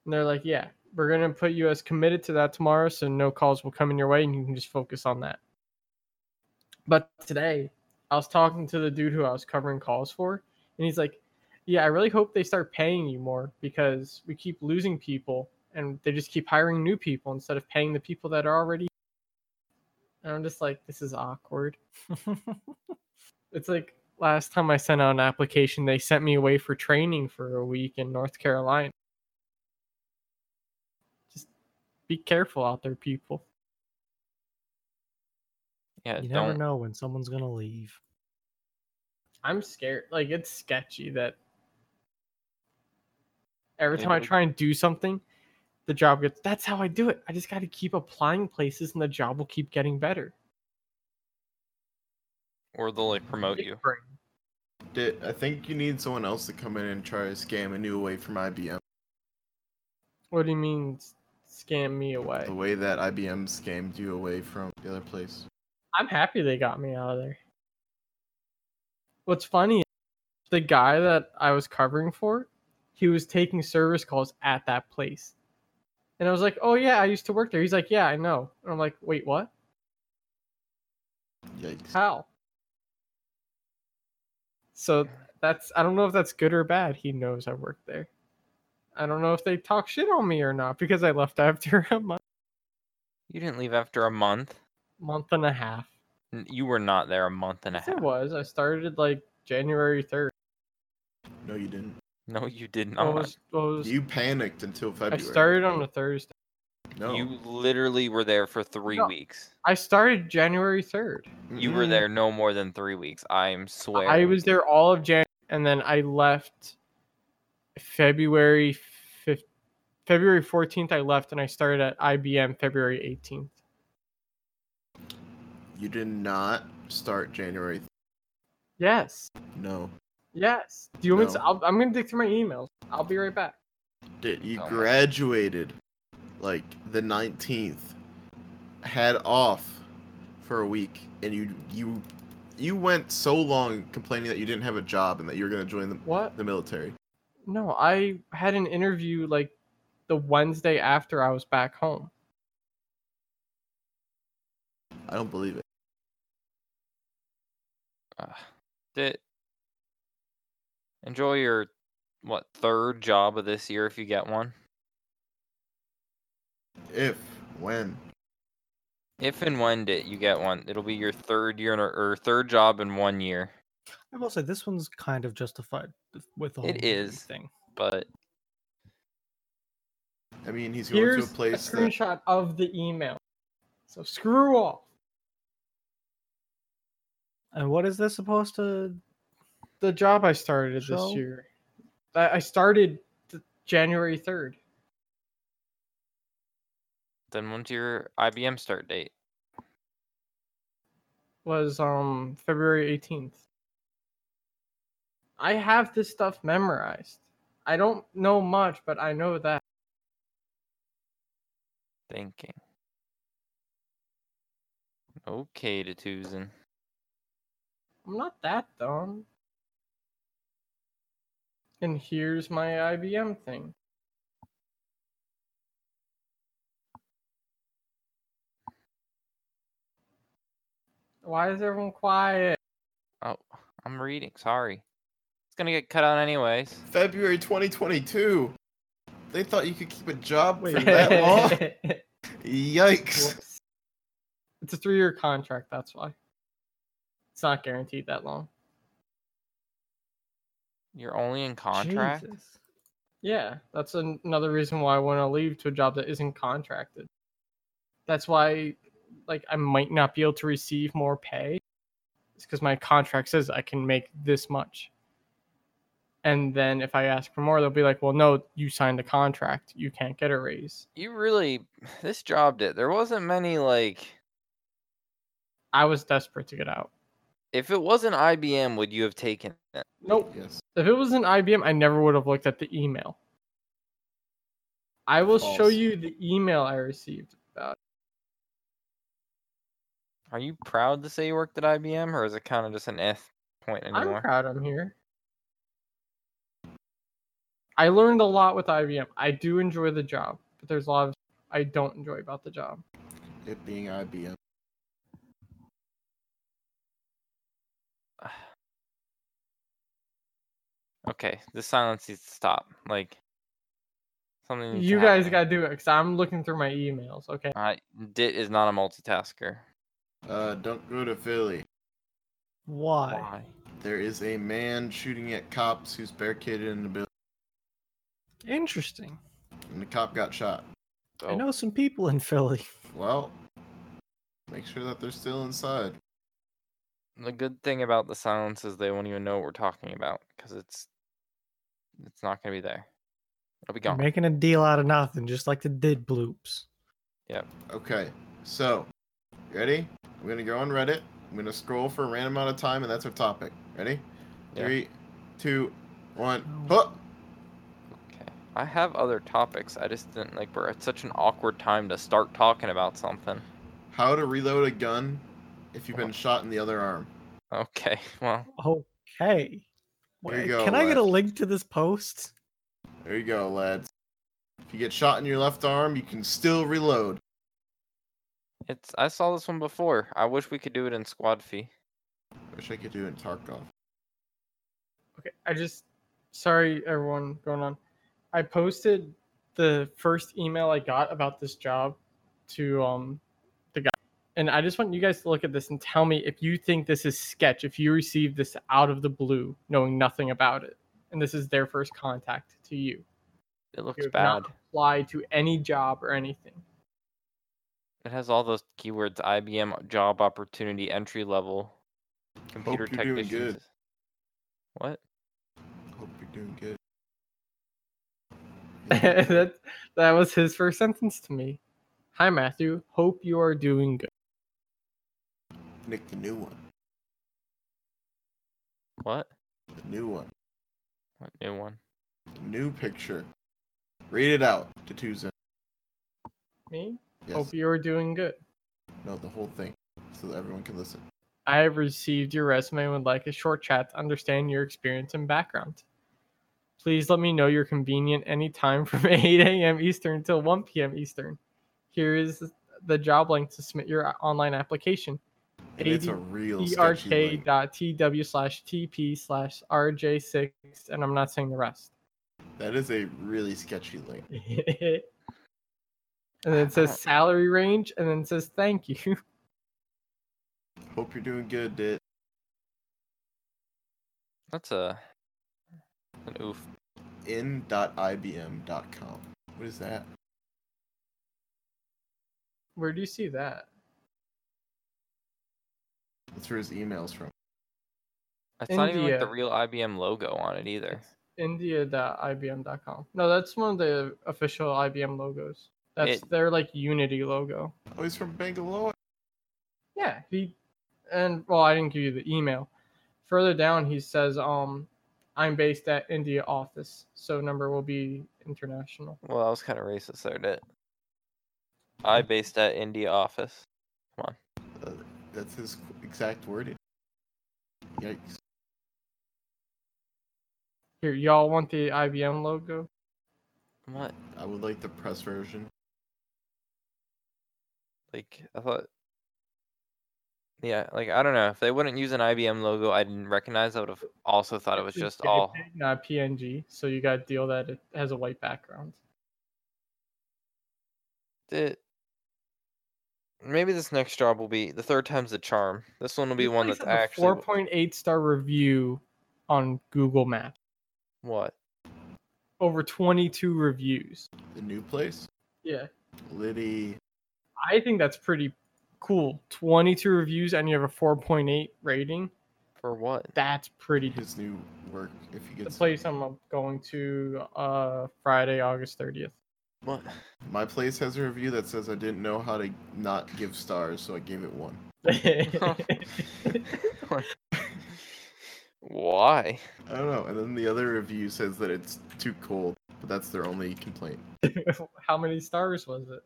B: And they're like, yeah, we're going to put you as committed to that tomorrow, so no calls will come in your way and you can just focus on that. But today, I was talking to the dude who I was covering calls for, and he's like, yeah, I really hope they start paying you more because we keep losing people and they just keep hiring new people instead of paying the people that are already. And I'm just like, this is awkward. It's like last time I sent out an application, they sent me away for training for a week in North Carolina. Just be careful out there, people.
A: Yeah,
D: you never
A: don't.
D: know when someone's gonna leave.
B: I'm scared. Like it's sketchy that every
A: Yeah,
B: time I
A: but-
B: try and do something, the job gets. That's how I do it. I just got to keep applying places, and the job will keep getting better.
A: Or they'll like promote
B: Big
A: you.
B: brain.
C: Did, I think you need someone else to come in and try to scam a new away from IBM.
B: What do you mean, s- scam me away?
C: The way that IBM scammed you away from the other place.
B: I'm happy they got me out of there. What's funny, the guy that I was covering for, he was taking service calls at that place. And I was like, oh, yeah, I used to work there. He's like, yeah, I know. And I'm like, wait, what?
C: Yikes.
B: How? So that's, I don't know if that's good or bad. He knows I worked there. I don't know if they talk shit on me or not because I left after [laughs] a month,
A: You didn't leave after a month.
B: month and a half.
A: N- You were not there a month and a
B: Yes, I
A: half.
B: was. I started like January 3rd.
C: No, you didn't.
A: No, you did
B: What
A: not.
B: was, what was
C: You panicked until
B: I
C: February.
B: started on a Thursday.
C: No.
A: You literally were there for three
B: No.
A: weeks.
B: I started January 3rd.
A: You were
C: Mm-mm.
A: there no more than three weeks. I'm swear.
B: I was there all of Jan and then I left February 5th, February 14th I left and I started at IBM February 18th.
C: You did not start January. Th-
B: Yes.
C: no.
B: Yes. Do you want me to
C: No.
B: I'll, I'm going to dig through my emails. I'll be right back.
C: Did you
A: Oh my.
C: graduated like the 19th had off for a week and you you you went so long complaining that you didn't have a job and that you were going to join the,
B: What?
C: the military.
B: No, I had an interview like the Wednesday after I was back home.
C: I don't believe it.
A: Ugh. Did enjoy your what third job of this year if you get one.
C: If when
A: If and when did you get one, it'll be your third year in a- or third job in one year.
D: I will say this one's kind of justified th- with the whole
A: It
D: movie
A: is.
D: thing.
A: But
C: I mean he's going
B: Here's
C: to a
B: a,
C: place that
B: screenshot of the email. So screw off.
D: And what is this supposed to?
B: the job I started
D: So?
B: this year. I I started th- January third.
A: then when's your IBM start date?
B: Was um February eighteenth. I have this stuff memorized. I don't know much, but I know that.
A: Thinking. Okay to Tucson.
B: I'm not that dumb. And here's my IBM thing. Why is everyone quiet?
A: Oh, I'm reading. Sorry. It's gonna get cut out anyways.
C: February 2022 they thought you could keep a job for that
B: [laughs]
C: long. Yikes.
B: Whoops. It's a three-year contract. That's why. It's not guaranteed that long.
A: You're only in contract.
D: Jesus.
B: Yeah, that's an- another reason why I want to leave to a job that isn't contracted. That's why, like, I might not be able to receive more pay. It's because my contract says I can make this much. And then if I ask for more, they'll be like, "Well, no, you signed a contract. You can't get a raise."
A: You really [sighs] this job did. There wasn't many like
B: I was desperate to get out.
A: if it wasn't IBM, would you have taken it?
B: Nope.
C: Yes.
B: If it was an IBM, I never would have looked at the email. I will show
C: False.
B: you the email I received. Uh,
A: Are you proud to say you worked at IBM, or is it kind of just an F point anymore?
B: I'm proud I'm here. I learned a lot with IBM. I do enjoy the job, but there's a lot of I don't enjoy about the job.
C: It being IBM.
A: Okay, the silence needs to stop. Like something. needs to
B: You guys
A: happen.
B: gotta do it because I'm looking through my emails. Okay,
A: I Dit is not a multitasker.
C: Uh, don't go to Philly.
D: Why?
A: Why?
C: There is a man shooting at cops who's barricaded in the building,
D: Interesting.
C: and the cop got shot.
D: I
A: Oh.
D: know some people in Philly. [laughs]
C: Well, make sure that they're still inside.
A: The good thing about the silence is they won't even know what we're talking about because it's it's not gonna be there. It'll be
D: You're
A: gone.
D: making a deal out of nothing, just like the did bloops.
C: Okay, so ready? I'm gonna go on Reddit. I'm gonna scroll for a random amount of time, and that's our topic. Ready?
A: Yeah.
C: Three, two, one.
D: Oh.
C: Huh!
A: Okay. I have other topics. I just didn't like. We're at such an awkward time to start talking about something.
C: How to reload a gun if you've been shot in the other arm.
A: Okay. [laughs] Well,
D: Okay.
C: There you
D: Wait,
C: go,
D: Can I get a
C: Les.
D: link to this post?
C: There you go, lads. If you get shot in your left arm, you can still reload.
A: it's. I saw this one before. I wish we could do it in squad fee.
C: Wish I could do it in Tarkov.
B: okay. I just sorry everyone going on. I posted the first email I got about this job to um the guy, and I just want you guys to look at this and tell me if you think this is sketch. If you received this out of the blue, knowing nothing about it, and this is their first contact to you.
A: It looks
B: you have
A: bad.
B: not applied to any job or anything. [laughs]
A: It has all those keywords: IBM job opportunity, entry level, computer
C: you're doing
A: technicians.
C: good.
A: What?
C: Hope you're doing good.
B: that that was his first sentence to me. Hi Matthew, hope you are doing good.
C: Nick, the new one.
A: What?
C: The new one.
A: What new one?
C: The new picture. Read it out to Tuesday.
B: Me?
C: Yes.
B: Hope you are doing good.
C: No, the whole thing, so that everyone can listen.
B: I have received your resume and would like a short chat to understand your experience and background. Please let me know you're convenient anytime [laughs] from 8 a.m. Eastern until 1 p.m. Eastern. Here is the job link to submit your online application.
C: And it's a real
B: E
C: sketchy link.
B: erk.tw slash tp slash rj6 and i'm not saying the rest [laughs]
C: That is a really sketchy link.
B: and then it says
C: [laughs]
B: salary range and then it says thank you [laughs]
C: Hope you're doing good, Dit.
A: That's a. An oof.
C: In.ibm.com. What is that?
B: where do you see that
C: That's where his emails from.
A: It's not even like the
B: India.
A: real IBM logo on it either.
B: india.ibm.com no that's one of the official ibm logos that's
A: It-
B: their like unity logo
C: Oh, he's from Bangalore.
B: yeah he and well i didn't give you the email further down he says um i'm based at india office so number will be international
A: Well, I was kind of racist there, did
B: Hmm.
A: I based at India office.
C: That's his exact wording. Yikes.
B: Here, y'all want the IBM logo?
A: What?
C: I would like the press version.
A: Like I thought. Yeah, like I don't know. If they wouldn't use an IBM logo, I didn't recognize. I would have also thought it was
B: It's
A: just
B: JPEG,
A: all.
B: not PNG. So you got to deal that it has a white background.
A: It, maybe this next job will be the third time's the charm. This one will be
B: This
A: one
B: place
A: that's
B: has a
A: actually
B: 4.8 star review on Google Maps.
A: what
B: over 22 reviews.
C: The new place,
B: Yeah.
C: Liddy.
B: I think that's pretty cool. 22 reviews and you have a 4.8 rating.
A: For what?
B: That's pretty
C: His new work. If he
B: the
C: gets
B: place I'm going to uh Friday, August 30th. [laughs]
A: What? [laughs]
C: my place has a review that says I didn't know how to not give stars, so I gave it one.
B: [laughs]
A: Why?
C: I don't know. And then the other review says that it's too cold, but that's their only complaint.
B: How many stars was it?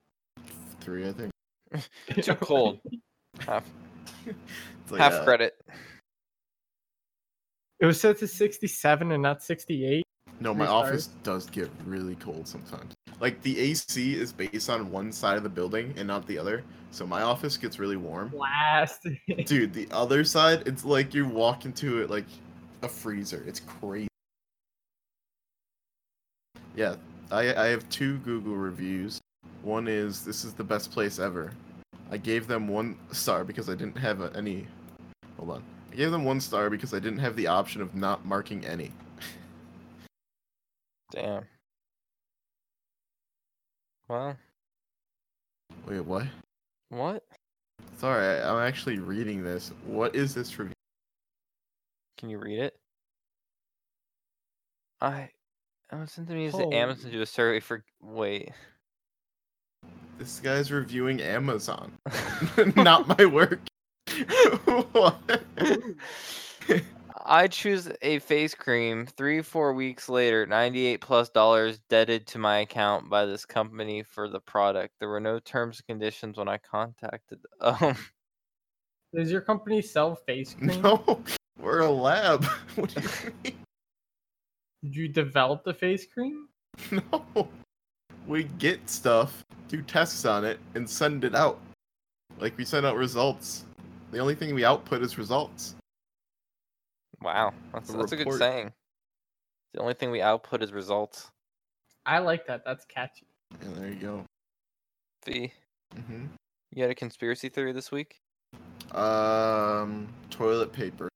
C: Three, I think.
A: Too cold. Half,
C: It's like,
A: half
C: uh,
A: credit.
B: [laughs] It was set to 67 and not 68.
C: No, my
B: Three
C: office does get really cold sometimes. Like the AC is based on one side of the building and not the other, so my office gets really warm.
B: Last.
C: Dude, the other side, it's like you walk into it like a freezer. It's crazy. Yeah, I I have two Google reviews. One is this is the best place ever. I gave them one star because I didn't have a- any. Hold on. I gave them one star because I didn't have the option of not marking any.
A: Damn. Well,
C: Wait, what?
A: what?
C: Sorry, I- I'm actually reading this. What is this review?
A: Can you read it? I. I was sent to me is that
B: Holy-
A: Amazon do a survey for. Wait. [laughs]
C: This guy's reviewing Amazon, [laughs] [laughs] not my work. what?
A: I choose a face cream. Three, four weeks later, ninety-eight plus dollars debted to my account by this company for the product. There were no terms and conditions when I contacted. [laughs] Um,
B: Does your company sell face cream?
C: No, we're a lab. [laughs] What do you
B: Did you develop the face cream?
C: mean? [laughs] No, we get stuff, do tests on it, and send it out. Like we send out results. The only thing we output is results.
A: wow, that's,
C: A
A: that's a good
C: report.
A: saying. The only thing we output is results.
B: I like that. That's catchy.
C: And there you go.
A: Fee,
C: hmm
A: you had a conspiracy theory this week?
C: Um, toilet paper.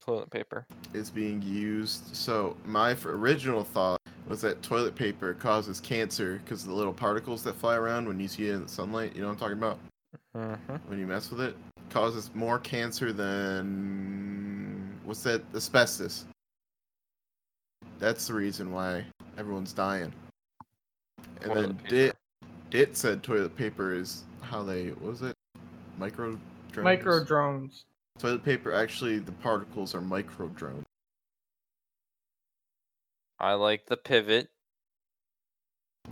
A: Toilet paper.
C: is being used. So my f- original thought was that toilet paper causes cancer because the little particles that fly around when you see it in the sunlight. You know what I'm talking about?
A: Mm-hmm.
C: When you mess with it, causes more cancer than what's that? Asbestos. That's the reason why everyone's dying. And
A: Toilet
C: then
A: paper.
C: Dit, Dit said toilet paper is how they what was it micro drones?
B: Micro drones.
C: toilet paper actually the particles are micro drones.
A: I like the pivot.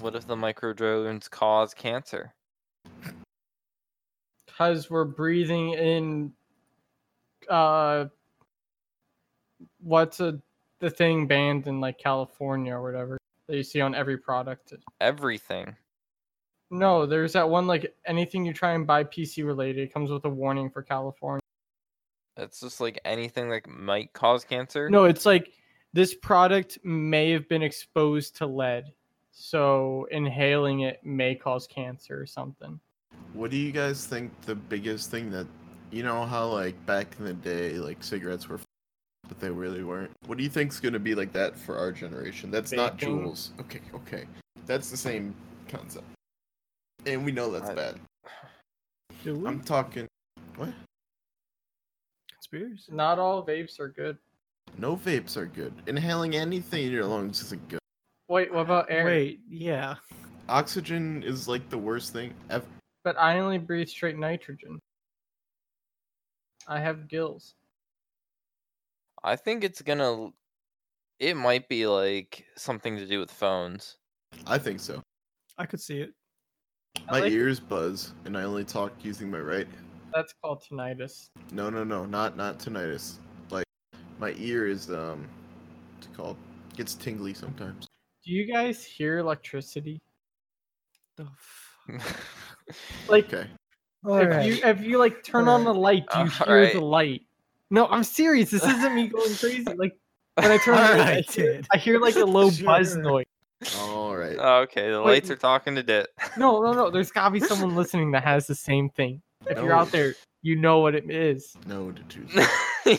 A: What if the microdrones cause cancer?
B: Because we're breathing in. Uh, what's a, the thing banned in like California or whatever that you see on every product?
A: Everything.
B: No, there's that one like anything you try and buy PC related, it comes with a warning for California.
A: It's just like anything that might cause cancer.
B: No, it's like this product may have been exposed to lead, so inhaling it may cause cancer or something.
C: What do you guys think the biggest thing that you know how like back in the day like cigarettes were f- but they really weren't. What do you think's going to be like that for our generation? That's not
B: Vaping.
C: jewels. Okay, okay. That's the same concept. And we know that's
A: I-
C: bad.
D: Do we?
C: I'm talking
D: Conspiracy.
B: Not all vapes are good.
C: no vapes are good. Inhaling anything in your lungs isn't good.
B: Wait, what about air?
D: Wait, yeah.
C: Oxygen is like the worst thing ever.
B: But I only breathe straight nitrogen. I have gills.
A: I think it's gonna. l- It might be like something to do with phones. [laughs]
C: I think so.
D: I could see it.
B: I
C: My
B: like-
C: ears buzz and I only talk using my right
B: That's called tinnitus.
C: No, no, no, not not tinnitus. Like my ear is um, what's it called? Gets tingly sometimes.
B: Do you guys hear electricity?
D: The f-
B: Like
C: Okay.
D: All
B: if
D: right.
B: you
D: [laughs]
B: if you like turn on the light, do you
A: All
B: hear the
A: right.
B: light? No, I'm serious. This isn't me going crazy. Like when I turn on
D: All
B: the light, I
D: right,
B: hear,
D: dude.
B: I hear like a low buzz
D: Sure.
B: noise.
C: All
A: [laughs]
C: right.
A: okay, the
B: Wait,
A: lights are talking to Dit. [laughs]
B: No, no, no. There's gotta be someone listening that has the same thing. If you're out
C: No.
B: there, you know what it is.
C: No to Tuesday.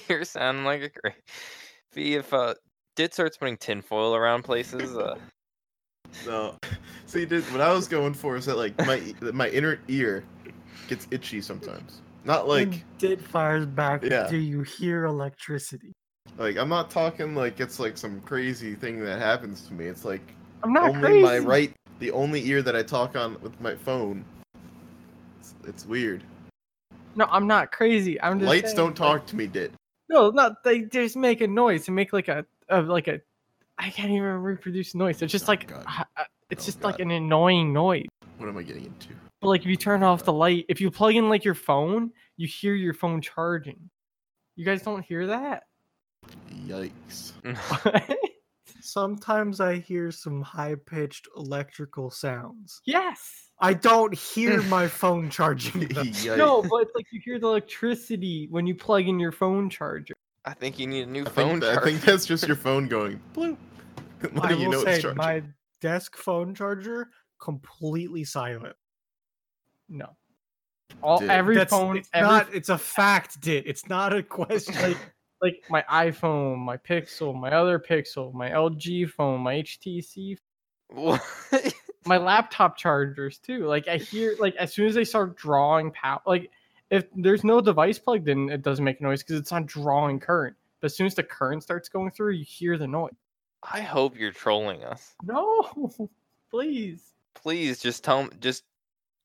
A: You're sounding like a great. Be if uh, did starts putting tinfoil around places. Uh, [laughs]
C: No. [laughs] See, dude, what I was going for is that like my that my inner ear gets itchy sometimes.
B: Hmm.
C: Not like
D: did fires back.
C: Yeah.
D: Do you hear electricity?
C: like I'm not talking like it's like some crazy thing that happens to me. It's like
D: I'm not
C: only
D: crazy.
C: my right, the only ear that I talk on with my phone. It's, it's weird.
B: No, I'm not crazy. I'm just
C: Lights
B: saying,
C: don't
B: like-
C: talk to me, did.
B: No, not they they just make a noise and make like a, a like a I can't even reproduce noise. It's just
C: Oh,
B: like
C: God.
B: uh, uh, it's
C: Oh,
B: just like
C: God.
B: an annoying noise.
C: What am I getting into?
B: But like if you turn off the light, if you plug in like your phone, you hear your phone charging. You guys don't hear that? [laughs]
C: Yikes!
D: Sometimes I hear some high pitched electrical sounds.
B: yes.
D: I don't
C: [laughs]
D: hear my phone charging. though.
C: Yikes.
B: No, but it's like you hear the electricity when you plug in your phone charger.
A: I think you need a new
C: I
A: phone
C: think, that- I
A: charger.
C: think that's just your phone going bloop.
D: I
C: Letting you
D: will
C: know
D: say
C: it's charging.
D: my desk phone charger completely silent.
B: No. All
C: Dude.
B: every
D: That's-
B: phone
D: it's
B: every
D: not. It's a fact, Dit. It's not a [laughs] question.
B: like like my iPhone, my Pixel, my other Pixel, my LG phone, my HTC,
A: [laughs] What?
B: my laptop chargers too. Like I hear like as soon as they start drawing power, like if there's no device plugged in, it doesn't make noise because it's not drawing current. But as soon as the current starts going through, you hear the noise.
A: I hope you're trolling us.
B: No, [laughs] please.
A: Please just tell m- just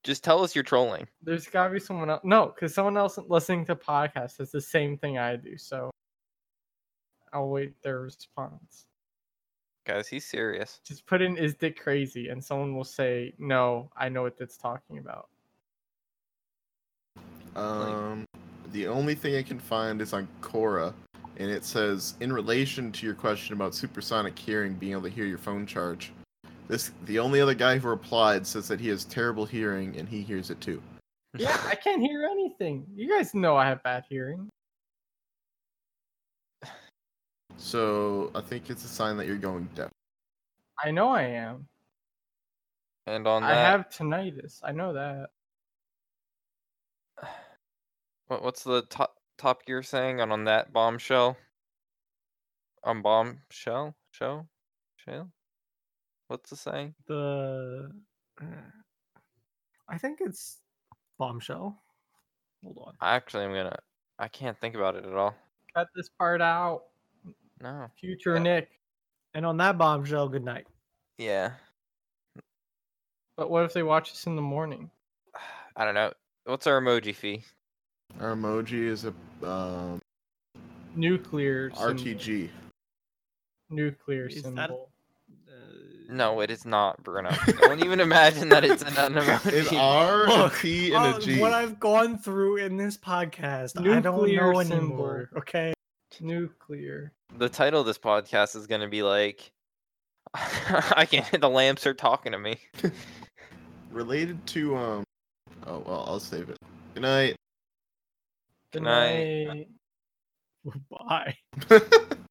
A: just tell us you're trolling.
B: There's gotta be someone else. No, because someone else listening to podcasts is the same thing I do. So I'll wait their response.
A: Guys, he's serious.
B: just put in is dick crazy and someone will say no i know what it's talking [laughs] about
C: Um, the only thing I can find is on Cora, and it says in relation to your question about supersonic hearing, being able to hear your phone charge. This the only other guy who replied says that he has terrible hearing and he hears it too.
B: yeah i can't hear anything you guys know i have bad hearing
C: So I think it's a sign that you're going deaf.
B: i know i am
A: [laughs] And on
B: i
A: that,
B: have tinnitus i know that
A: what, what's the top top gear saying? And on that bombshell, on bombshell, show, show. What's the saying?
D: the. uh, I think it's bombshell. Hold on.
A: I actually am gonna. I can't think about it at all.
B: cut this part out
A: No.
B: future
A: Yeah.
B: nick
D: And on that bombshell, good night.
A: Yeah.
B: but what if they watch this in the morning
A: I don't know. What's our emoji fee?
C: Our emoji is a um,
B: nuclear symbol.
C: RTG.
B: nuclear
D: Is that-
B: symbol
D: Uh,
A: No, it is not,
B: [laughs]
A: Bruno. Don't even imagine that
C: [laughs]
A: it's an
C: An
A: emoji.
C: R, a
D: Look,
C: T, and a G.
D: what I've gone through in this podcast, I don't
B: Nuclear
D: know
B: symbol.
D: anymore. Okay.
B: nuclear
A: The title of this podcast is gonna be like, [laughs] I can't. The lamps are talking to me.
C: Related to um. Oh well, I'll save it. Good night.
B: good
A: night.
B: night
D: Bye.
C: [laughs] Good